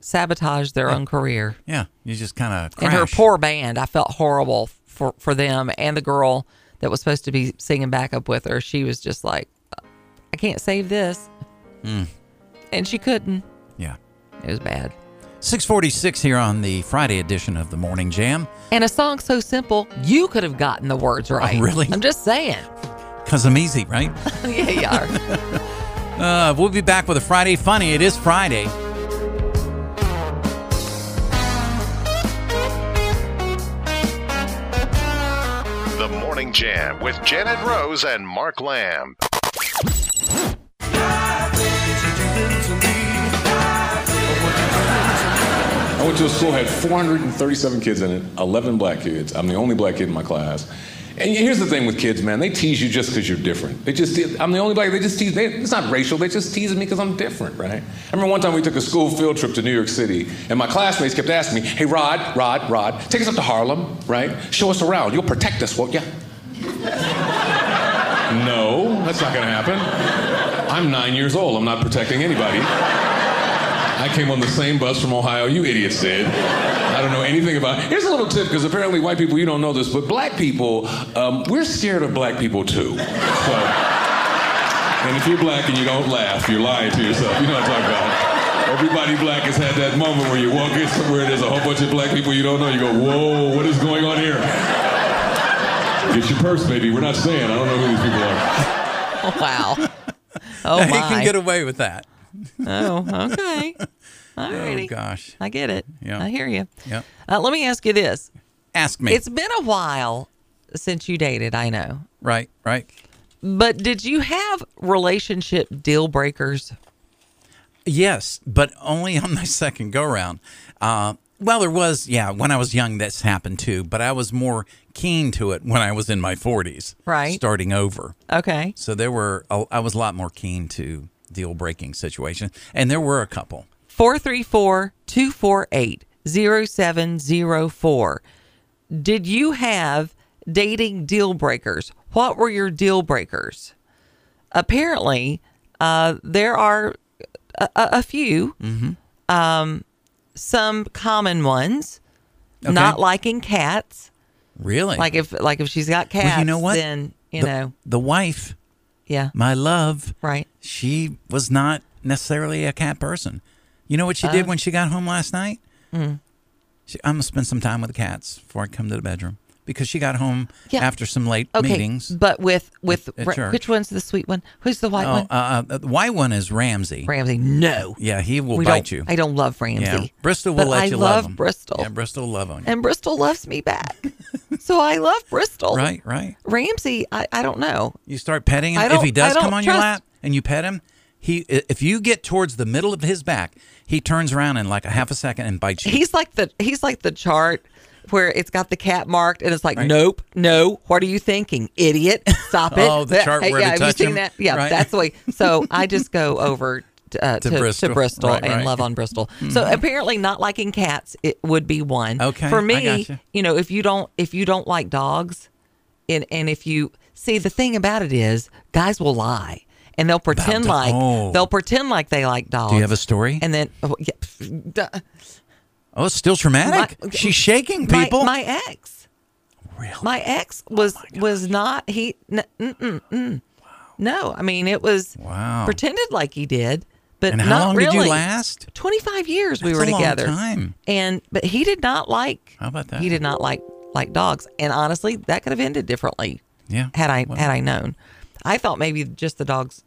[SPEAKER 4] sabotage their own career.
[SPEAKER 3] Yeah. You just kind of
[SPEAKER 4] And her poor band, I felt horrible for for them and the girl that was supposed to be singing backup with her. She was just like, "Uh, I can't save this,
[SPEAKER 3] Hmm.
[SPEAKER 4] and she couldn't.
[SPEAKER 3] Yeah.
[SPEAKER 4] It was bad.
[SPEAKER 3] 646 here on the Friday edition of the Morning Jam.
[SPEAKER 4] And a song so simple, you could have gotten the words right.
[SPEAKER 3] Oh, really?
[SPEAKER 4] I'm just saying.
[SPEAKER 3] Because I'm easy, right?
[SPEAKER 4] yeah, you are.
[SPEAKER 3] Uh, we'll be back with a Friday Funny. It is Friday.
[SPEAKER 15] The Morning Jam with Janet Rose and Mark Lamb.
[SPEAKER 1] I went to a school had 437 kids in it, 11 black kids. I'm the only black kid in my class. And here's the thing with kids, man, they tease you just because you're different. They just, I'm the only black. They just tease. They, it's not racial. They just tease me because I'm different, right? I remember one time we took a school field trip to New York City, and my classmates kept asking me, "Hey, Rod, Rod, Rod, take us up to Harlem, right? Show us around. You'll protect us, won't you?" no, that's not going to happen. I'm nine years old. I'm not protecting anybody. I came on the same bus from Ohio you idiots did. I don't know anything about. Here's a little tip because apparently white people you don't know this, but black people um, we're scared of black people too. So, and if you're black and you don't laugh, you're lying to yourself. You know what I'm talking about. Everybody black has had that moment where you walk in somewhere and there's a whole bunch of black people you don't know. You go, whoa, what is going on here? Get your purse, baby. We're not saying. I don't know who these people are.
[SPEAKER 4] wow. Oh
[SPEAKER 3] He
[SPEAKER 4] my.
[SPEAKER 3] can get away with that.
[SPEAKER 4] oh, okay. All righty.
[SPEAKER 3] Oh, gosh.
[SPEAKER 4] I get it.
[SPEAKER 3] Yeah.
[SPEAKER 4] I hear you.
[SPEAKER 3] Yep.
[SPEAKER 4] Uh, let me ask you this.
[SPEAKER 3] Ask me.
[SPEAKER 4] It's been a while since you dated, I know.
[SPEAKER 3] right, right.
[SPEAKER 4] But did you have relationship deal breakers?
[SPEAKER 3] Yes, but only on my second go round. Uh, Well, there was, yeah, when I was young, that's happened too, but I was more keen to it when I was in my 40s.
[SPEAKER 4] Right.
[SPEAKER 3] Starting over.
[SPEAKER 4] Okay.
[SPEAKER 3] So there were, a- I was a lot more keen to deal breaking situations, and there were a couple.
[SPEAKER 4] 434 248 0704. Did you have dating deal breakers? What were your deal breakers? Apparently, uh, there are a, a a few,
[SPEAKER 3] Mm-hmm.
[SPEAKER 4] um, some common ones,
[SPEAKER 3] Okay.
[SPEAKER 4] not liking cats.
[SPEAKER 3] Really?
[SPEAKER 4] Like if like if she's got
[SPEAKER 3] Well,
[SPEAKER 4] cats,
[SPEAKER 3] you know what?
[SPEAKER 4] then you
[SPEAKER 3] The-
[SPEAKER 4] know,
[SPEAKER 3] The wife,
[SPEAKER 4] yeah,
[SPEAKER 3] my love,
[SPEAKER 4] right.
[SPEAKER 3] she was not necessarily a cat person. You know what she
[SPEAKER 4] Oh.
[SPEAKER 3] did when she got home last night?
[SPEAKER 4] Mm.
[SPEAKER 3] She, I'm going to spend some time with the cats before I come to the bedroom because she got home
[SPEAKER 4] Yeah.
[SPEAKER 3] after some late
[SPEAKER 4] Okay,
[SPEAKER 3] meetings.
[SPEAKER 4] but with with
[SPEAKER 3] at
[SPEAKER 4] re-
[SPEAKER 3] church.
[SPEAKER 4] which one's the sweet one? Who's the white
[SPEAKER 3] Oh,
[SPEAKER 4] one?
[SPEAKER 3] Uh, uh, the white one is Ramsey.
[SPEAKER 4] Ramsey, no.
[SPEAKER 3] Yeah, he will
[SPEAKER 4] We
[SPEAKER 3] bite
[SPEAKER 4] don't-
[SPEAKER 3] you.
[SPEAKER 4] I don't love Ramsey,
[SPEAKER 3] Yeah, Bristol will
[SPEAKER 4] but
[SPEAKER 3] let
[SPEAKER 4] I
[SPEAKER 3] you
[SPEAKER 4] love
[SPEAKER 3] him.
[SPEAKER 4] Bristol.
[SPEAKER 3] Yeah, Bristol will love on you.
[SPEAKER 4] and Bristol loves me back. so I love Bristol.
[SPEAKER 3] Right, right.
[SPEAKER 4] Ramsey, I, I don't know.
[SPEAKER 3] You start petting
[SPEAKER 4] I
[SPEAKER 3] him. If
[SPEAKER 4] don't-
[SPEAKER 3] he does
[SPEAKER 4] I don't
[SPEAKER 3] come on your
[SPEAKER 4] trust-
[SPEAKER 3] lap and you pet him, he i- if you get towards the middle of his back, he turns around in like a half a second and bites you.
[SPEAKER 4] He's like the he's like the chart where it's got the cat marked and it's like,
[SPEAKER 3] Right.
[SPEAKER 4] nope, no. What are you thinking, idiot? Stop it.
[SPEAKER 3] Oh, the
[SPEAKER 4] That-
[SPEAKER 3] chart
[SPEAKER 4] hey,
[SPEAKER 3] where
[SPEAKER 4] yeah,
[SPEAKER 3] to
[SPEAKER 4] have
[SPEAKER 3] touch
[SPEAKER 4] you seen
[SPEAKER 3] him,
[SPEAKER 4] that? Yeah,
[SPEAKER 3] right?
[SPEAKER 4] that's the way. So I just go over. To, uh, to,
[SPEAKER 3] To
[SPEAKER 4] to Bristol,
[SPEAKER 3] Bristol. Right,
[SPEAKER 4] and
[SPEAKER 3] right. Hmm.
[SPEAKER 4] love on Bristol. So apparently, not liking cats it would be one.
[SPEAKER 3] Okay,
[SPEAKER 4] for
[SPEAKER 3] I
[SPEAKER 4] me,
[SPEAKER 3] gotcha.
[SPEAKER 4] you know, if you don't if you don't like dogs, and and if you see the thing about it is guys will lie and they'll pretend
[SPEAKER 3] do-
[SPEAKER 4] like
[SPEAKER 3] oh.
[SPEAKER 4] they'll pretend like they like dogs.
[SPEAKER 3] Do you have a story?
[SPEAKER 4] And then oh, yeah, pff, duh.
[SPEAKER 3] oh, it's still traumatic.
[SPEAKER 4] My-
[SPEAKER 3] She's shaking
[SPEAKER 4] My-
[SPEAKER 3] people. Oh
[SPEAKER 4] My, ex. Really? My ex was was not he. N- mm, mm, mm. No, I mean it was
[SPEAKER 3] Wow.
[SPEAKER 4] pretended like he did, but
[SPEAKER 3] And how
[SPEAKER 4] not
[SPEAKER 3] long did
[SPEAKER 4] really.
[SPEAKER 3] you last?
[SPEAKER 4] Twenty five years we
[SPEAKER 3] That's
[SPEAKER 4] were
[SPEAKER 3] a long
[SPEAKER 4] together.
[SPEAKER 3] time.
[SPEAKER 4] And but he did not like.
[SPEAKER 3] How about that?
[SPEAKER 4] He did not like like dogs, and honestly, that could have ended differently.
[SPEAKER 3] Yeah.
[SPEAKER 4] Had I
[SPEAKER 3] Well.
[SPEAKER 4] had I known, I thought maybe just the dogs.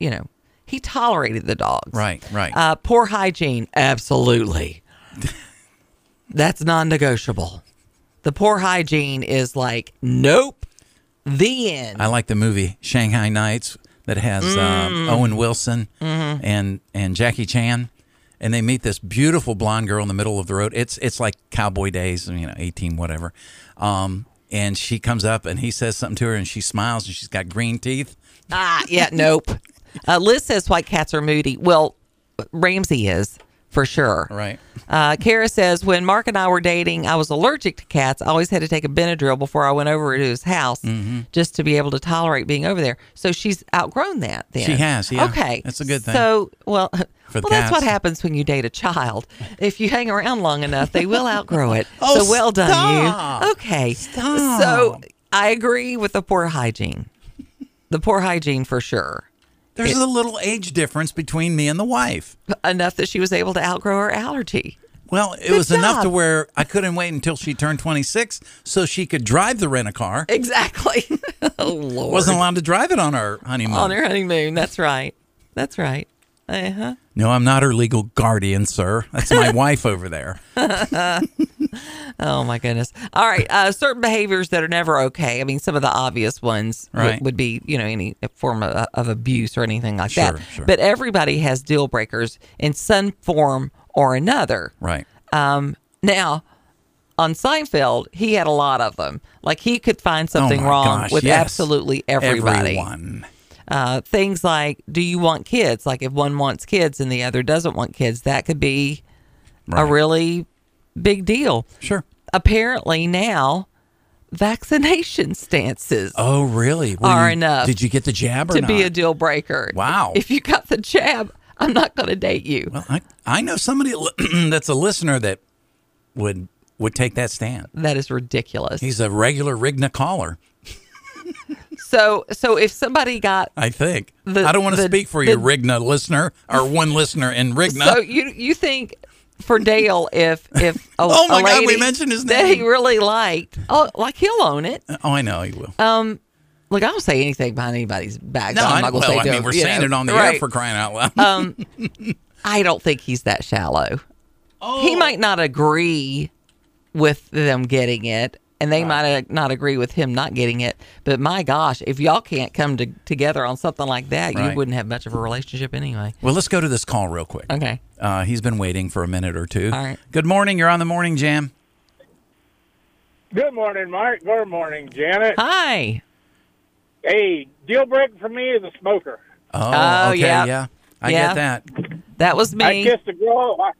[SPEAKER 4] You know, he tolerated the dogs.
[SPEAKER 3] Right, right.
[SPEAKER 4] Uh, poor hygiene, absolutely. That's non negotiable. The poor hygiene is like, nope, the end.
[SPEAKER 3] I like the movie Shanghai Nights that has
[SPEAKER 4] Mm.
[SPEAKER 3] um, Owen Wilson
[SPEAKER 4] Mm-hmm.
[SPEAKER 3] and and Jackie Chan, and they meet this beautiful blonde girl in the middle of the road. It's it's like cowboy days, you know, eighteen whatever. Um, and she comes up and he says something to her, and she smiles, and she's got green teeth.
[SPEAKER 4] ah, yeah, nope. Uh, Liz says white cats are moody. Well, Ramsey is for sure.
[SPEAKER 3] Right.
[SPEAKER 4] Uh, Kara says, when Mark and I were dating, I was allergic to cats. I always had to take a Benadryl before I went over to his house
[SPEAKER 3] Mm-hmm.
[SPEAKER 4] just to be able to tolerate being over there. So she's outgrown that then.
[SPEAKER 3] She has, yeah.
[SPEAKER 4] Okay.
[SPEAKER 3] That's a good thing.
[SPEAKER 4] So, well, well
[SPEAKER 3] For the
[SPEAKER 4] that's what
[SPEAKER 3] cats.
[SPEAKER 4] happens when you date a child. If you hang around long enough, they will outgrow it.
[SPEAKER 3] Oh,
[SPEAKER 4] so well done,
[SPEAKER 3] stop.
[SPEAKER 4] you. Okay. So I agree with the poor hygiene. The poor hygiene for sure.
[SPEAKER 3] There's a little age difference between me and the wife.
[SPEAKER 4] Enough that she was able to outgrow her allergy.
[SPEAKER 3] Well, it
[SPEAKER 4] Good
[SPEAKER 3] was enough to
[SPEAKER 4] job.
[SPEAKER 3] where I couldn't wait until she turned 26 so she could drive the rent a car.
[SPEAKER 4] Exactly. oh, Lord.
[SPEAKER 3] Wasn't allowed to drive it on our honeymoon.
[SPEAKER 4] on her honeymoon. That's right. That's right. Uh-huh.
[SPEAKER 3] No, I'm not her legal guardian, sir. That's my wife over there.
[SPEAKER 4] Oh my goodness. All right. Uh, certain behaviors that are never okay. I mean, some of the obvious ones would-
[SPEAKER 3] Right.
[SPEAKER 4] would be, you know, any form of, of abuse or anything like that.
[SPEAKER 3] Sure, sure.
[SPEAKER 4] But everybody has deal breakers in some form or another.
[SPEAKER 3] Right.
[SPEAKER 4] Um, now, on Seinfeld, he had a lot of them. Like he could find something
[SPEAKER 3] Oh, my
[SPEAKER 4] wrong
[SPEAKER 3] gosh,
[SPEAKER 4] with
[SPEAKER 3] yes.
[SPEAKER 4] absolutely everybody.
[SPEAKER 3] Everyone.
[SPEAKER 4] Uh, things like, do you want kids? Like if one wants kids and the other doesn't want kids, that could be a
[SPEAKER 3] Right.
[SPEAKER 4] really big deal.
[SPEAKER 3] Sure.
[SPEAKER 4] Apparently now, vaccination stances
[SPEAKER 3] Oh, really? Were
[SPEAKER 4] Are
[SPEAKER 3] you-
[SPEAKER 4] enough
[SPEAKER 3] Did you get the jab or
[SPEAKER 4] to
[SPEAKER 3] not?
[SPEAKER 4] be a deal breaker.
[SPEAKER 3] Wow.
[SPEAKER 4] If you got the jab, I'm not going to date you.
[SPEAKER 3] well, I, I know somebody that's a listener that would would take that stand.
[SPEAKER 4] that is ridiculous.
[SPEAKER 3] He's a regular Rigna caller,
[SPEAKER 4] so, so if somebody got
[SPEAKER 3] I think.
[SPEAKER 4] The-
[SPEAKER 3] I don't want to
[SPEAKER 4] the-
[SPEAKER 3] speak for
[SPEAKER 4] the-
[SPEAKER 3] you, Rigna listener, or one listener in Rigna.
[SPEAKER 4] So you you think for Dale if if a,
[SPEAKER 3] Oh my
[SPEAKER 4] a
[SPEAKER 3] God,
[SPEAKER 4] lady
[SPEAKER 3] we mentioned his
[SPEAKER 4] that he
[SPEAKER 3] name.
[SPEAKER 4] really liked oh like he'll own it
[SPEAKER 3] oh, I know he will.
[SPEAKER 4] um look I don't say anything behind anybody's back
[SPEAKER 3] no,
[SPEAKER 4] I'm
[SPEAKER 3] I,
[SPEAKER 4] not gonna
[SPEAKER 3] well,
[SPEAKER 4] say
[SPEAKER 3] I
[SPEAKER 4] to
[SPEAKER 3] mean,
[SPEAKER 4] him,
[SPEAKER 3] we're
[SPEAKER 4] you
[SPEAKER 3] saying
[SPEAKER 4] know,
[SPEAKER 3] it on the
[SPEAKER 4] right.
[SPEAKER 3] air for crying out loud.
[SPEAKER 4] um I don't think he's that
[SPEAKER 3] Oh.
[SPEAKER 4] shallow he might not agree with them getting it and they might uh, not agree with him not getting it. But my gosh, if y'all can't come to, together on something like that,
[SPEAKER 3] Right.
[SPEAKER 4] you wouldn't have much of a relationship anyway.
[SPEAKER 3] Well, let's go to this call real quick.
[SPEAKER 4] Okay.
[SPEAKER 3] Uh, he's been waiting for a minute or two.
[SPEAKER 4] All right.
[SPEAKER 3] Good morning. You're on the morning jam.
[SPEAKER 8] Good morning, Mike. Good morning, Janet.
[SPEAKER 4] Hi.
[SPEAKER 8] Hey, deal breaker for me is a smoker.
[SPEAKER 3] Oh,
[SPEAKER 8] Oh,
[SPEAKER 3] okay.
[SPEAKER 8] yeah.
[SPEAKER 3] Yeah. I
[SPEAKER 8] Yeah.
[SPEAKER 3] get that.
[SPEAKER 4] That was
[SPEAKER 8] I kissed a girl. I,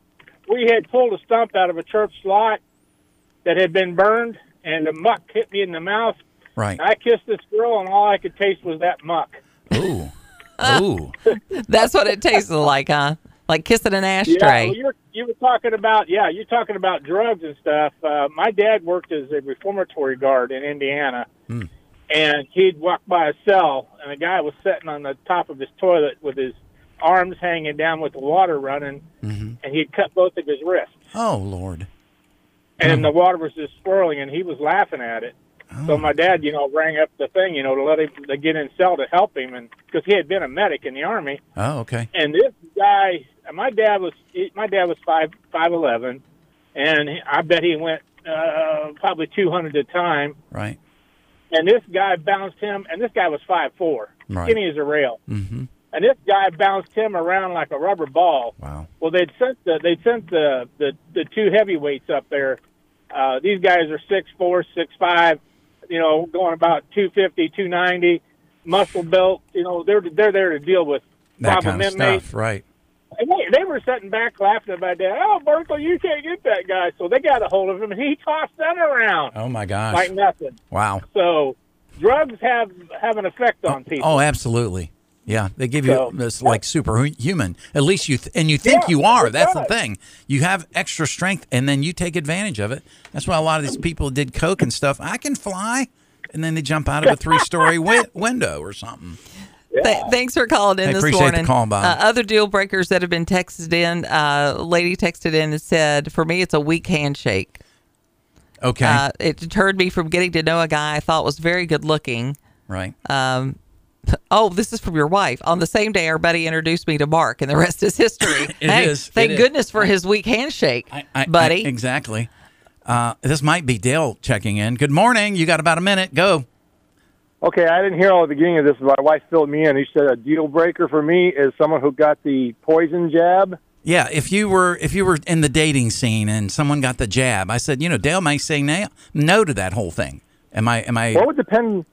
[SPEAKER 8] we had pulled a stump out of a church lot that had been burned, and the muck hit me in the mouth.
[SPEAKER 3] Right.
[SPEAKER 8] I kissed this girl, and all I could taste was that muck.
[SPEAKER 3] Ooh. Ooh.
[SPEAKER 4] That's what it tasted like, huh? Like kissing an
[SPEAKER 8] Yeah, well,
[SPEAKER 4] ashtray.
[SPEAKER 8] you're, you were talking about yeah, you're talking about drugs and stuff. Uh, my dad worked as a reformatory guard in Indiana,
[SPEAKER 13] Mm.
[SPEAKER 8] and he'd walk by a cell, and a guy was sitting on the top of his toilet with his arms hanging down with the water running,
[SPEAKER 3] Mhm.
[SPEAKER 8] and he'd cut both of his wrists,
[SPEAKER 3] Oh, Lord.
[SPEAKER 8] and the water was just swirling, and he was laughing at it. So my dad, you know, rang up the thing, you know, to let him to get in cell to help him, and because he had been a medic in the army,
[SPEAKER 3] Oh, okay.
[SPEAKER 8] and this guy, my dad was my dad was five five eleven, and he- I bet he went uh, probably two hundred a time.
[SPEAKER 3] Right.
[SPEAKER 8] And this guy bounced him, and this guy was five four,
[SPEAKER 3] Right.
[SPEAKER 8] skinny as a rail.
[SPEAKER 3] Mm-hmm.
[SPEAKER 8] And this guy bounced him around like a rubber ball.
[SPEAKER 3] Wow.
[SPEAKER 8] Well, they'd sent the they'd sent the the, the two heavyweights up there. Uh, these guys are six four, six five, you know, going about 250, 290, muscle built. You know, they're they're there to deal with
[SPEAKER 3] That
[SPEAKER 8] problem
[SPEAKER 3] kind of
[SPEAKER 8] inmates.
[SPEAKER 3] stuff. Right.
[SPEAKER 8] And they, they were sitting back laughing about that. Oh, Berkeley, you can't get that guy. So they got a hold of him, and he tossed that around
[SPEAKER 3] Oh, my gosh.
[SPEAKER 8] like nothing.
[SPEAKER 3] Wow.
[SPEAKER 8] So drugs have have an effect on people.
[SPEAKER 3] Oh, absolutely. Yeah, they give you
[SPEAKER 8] So-
[SPEAKER 3] this like superhuman. At least you th- and you think
[SPEAKER 8] Yeah,
[SPEAKER 3] you are.
[SPEAKER 8] it
[SPEAKER 3] That's the
[SPEAKER 8] does.
[SPEAKER 3] thing. You have extra strength, and then you take advantage of it. That's why a lot of these people did coke and stuff. I can fly, and then they jump out of a three-story wi- window or something.
[SPEAKER 4] Th- thanks for calling in
[SPEAKER 3] I
[SPEAKER 4] this
[SPEAKER 3] appreciate the
[SPEAKER 4] morning.
[SPEAKER 3] call, Bob.
[SPEAKER 4] Uh, other deal breakers that have been texted in. Uh, a lady texted in and said, "For me, it's a weak handshake.
[SPEAKER 3] Okay.
[SPEAKER 4] Uh, it deterred me from getting to know a guy I thought was very good looking.
[SPEAKER 3] Right.
[SPEAKER 4] Um, oh, this is from your wife. On the same day, our buddy introduced me to Mark, and the rest is history.
[SPEAKER 3] It
[SPEAKER 4] hey,
[SPEAKER 3] is.
[SPEAKER 4] Thank
[SPEAKER 3] It is.
[SPEAKER 4] goodness for his weak handshake,
[SPEAKER 3] I-
[SPEAKER 4] buddy.
[SPEAKER 3] I- exactly. Uh, this might be Dale checking in. Good morning. You got about a minute. Go. oh.
[SPEAKER 17] Okay, I didn't hear all the beginning of this. but My wife filled me in. He said a deal breaker for me is someone who got the poison jab.
[SPEAKER 3] Yeah, if you were if you were in the dating scene and someone got the jab, I said, you know, Dale may say no, no to that whole thing. Am I am I
[SPEAKER 17] Well, it would depend.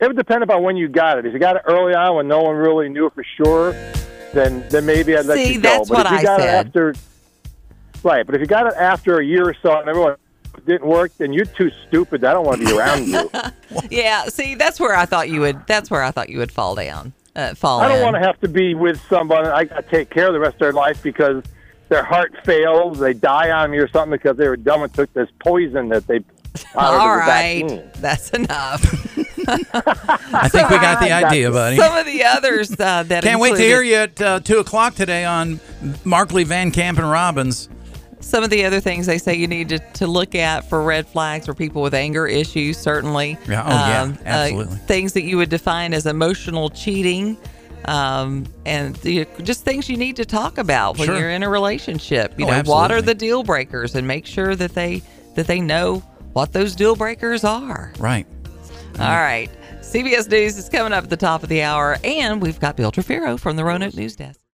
[SPEAKER 17] It would depend upon when you got it. If you got it early on when no one really knew for sure, then then maybe I'd let you
[SPEAKER 4] See,
[SPEAKER 17] go.
[SPEAKER 4] that's
[SPEAKER 17] but
[SPEAKER 4] what
[SPEAKER 17] if you
[SPEAKER 4] I
[SPEAKER 17] got
[SPEAKER 4] said.
[SPEAKER 17] it after, right? But if you got it after a year or so and everyone it didn't work, then you're too stupid. I don't want to be around you.
[SPEAKER 4] Oh, yeah, see, that's where I thought you would. That's where I thought you would fall down. Uh, fall.
[SPEAKER 17] I don't
[SPEAKER 4] in.
[SPEAKER 17] want to have to be with someone I got to take care of the rest of their life because their heart fails, they die on me or something because they were dumb and took this poison that they.
[SPEAKER 4] All right, that's enough.
[SPEAKER 3] I think we got the idea, buddy.
[SPEAKER 4] Some of the others uh, that
[SPEAKER 3] Can't wait to hear
[SPEAKER 4] included-
[SPEAKER 3] you at uh, two o'clock today on Markley Van Camp and Robbins.
[SPEAKER 4] Some of the other things they say you need to, to look at for red flags for people with anger issues, certainly.
[SPEAKER 3] Yeah, oh, yeah,
[SPEAKER 4] uh,
[SPEAKER 3] absolutely.
[SPEAKER 4] things that you would define as emotional cheating, um, and the, just things you need to talk about when
[SPEAKER 3] Sure.
[SPEAKER 4] you're in a relationship. You
[SPEAKER 3] Oh,
[SPEAKER 4] know, water
[SPEAKER 3] absolutely.
[SPEAKER 4] the deal breakers and make sure that they that they know what those deal breakers are.
[SPEAKER 3] Right. Mm-hmm.
[SPEAKER 4] All right, CBS News is coming up at the top of the hour, and we've got Bill Trefiro from the Roanoke News Desk.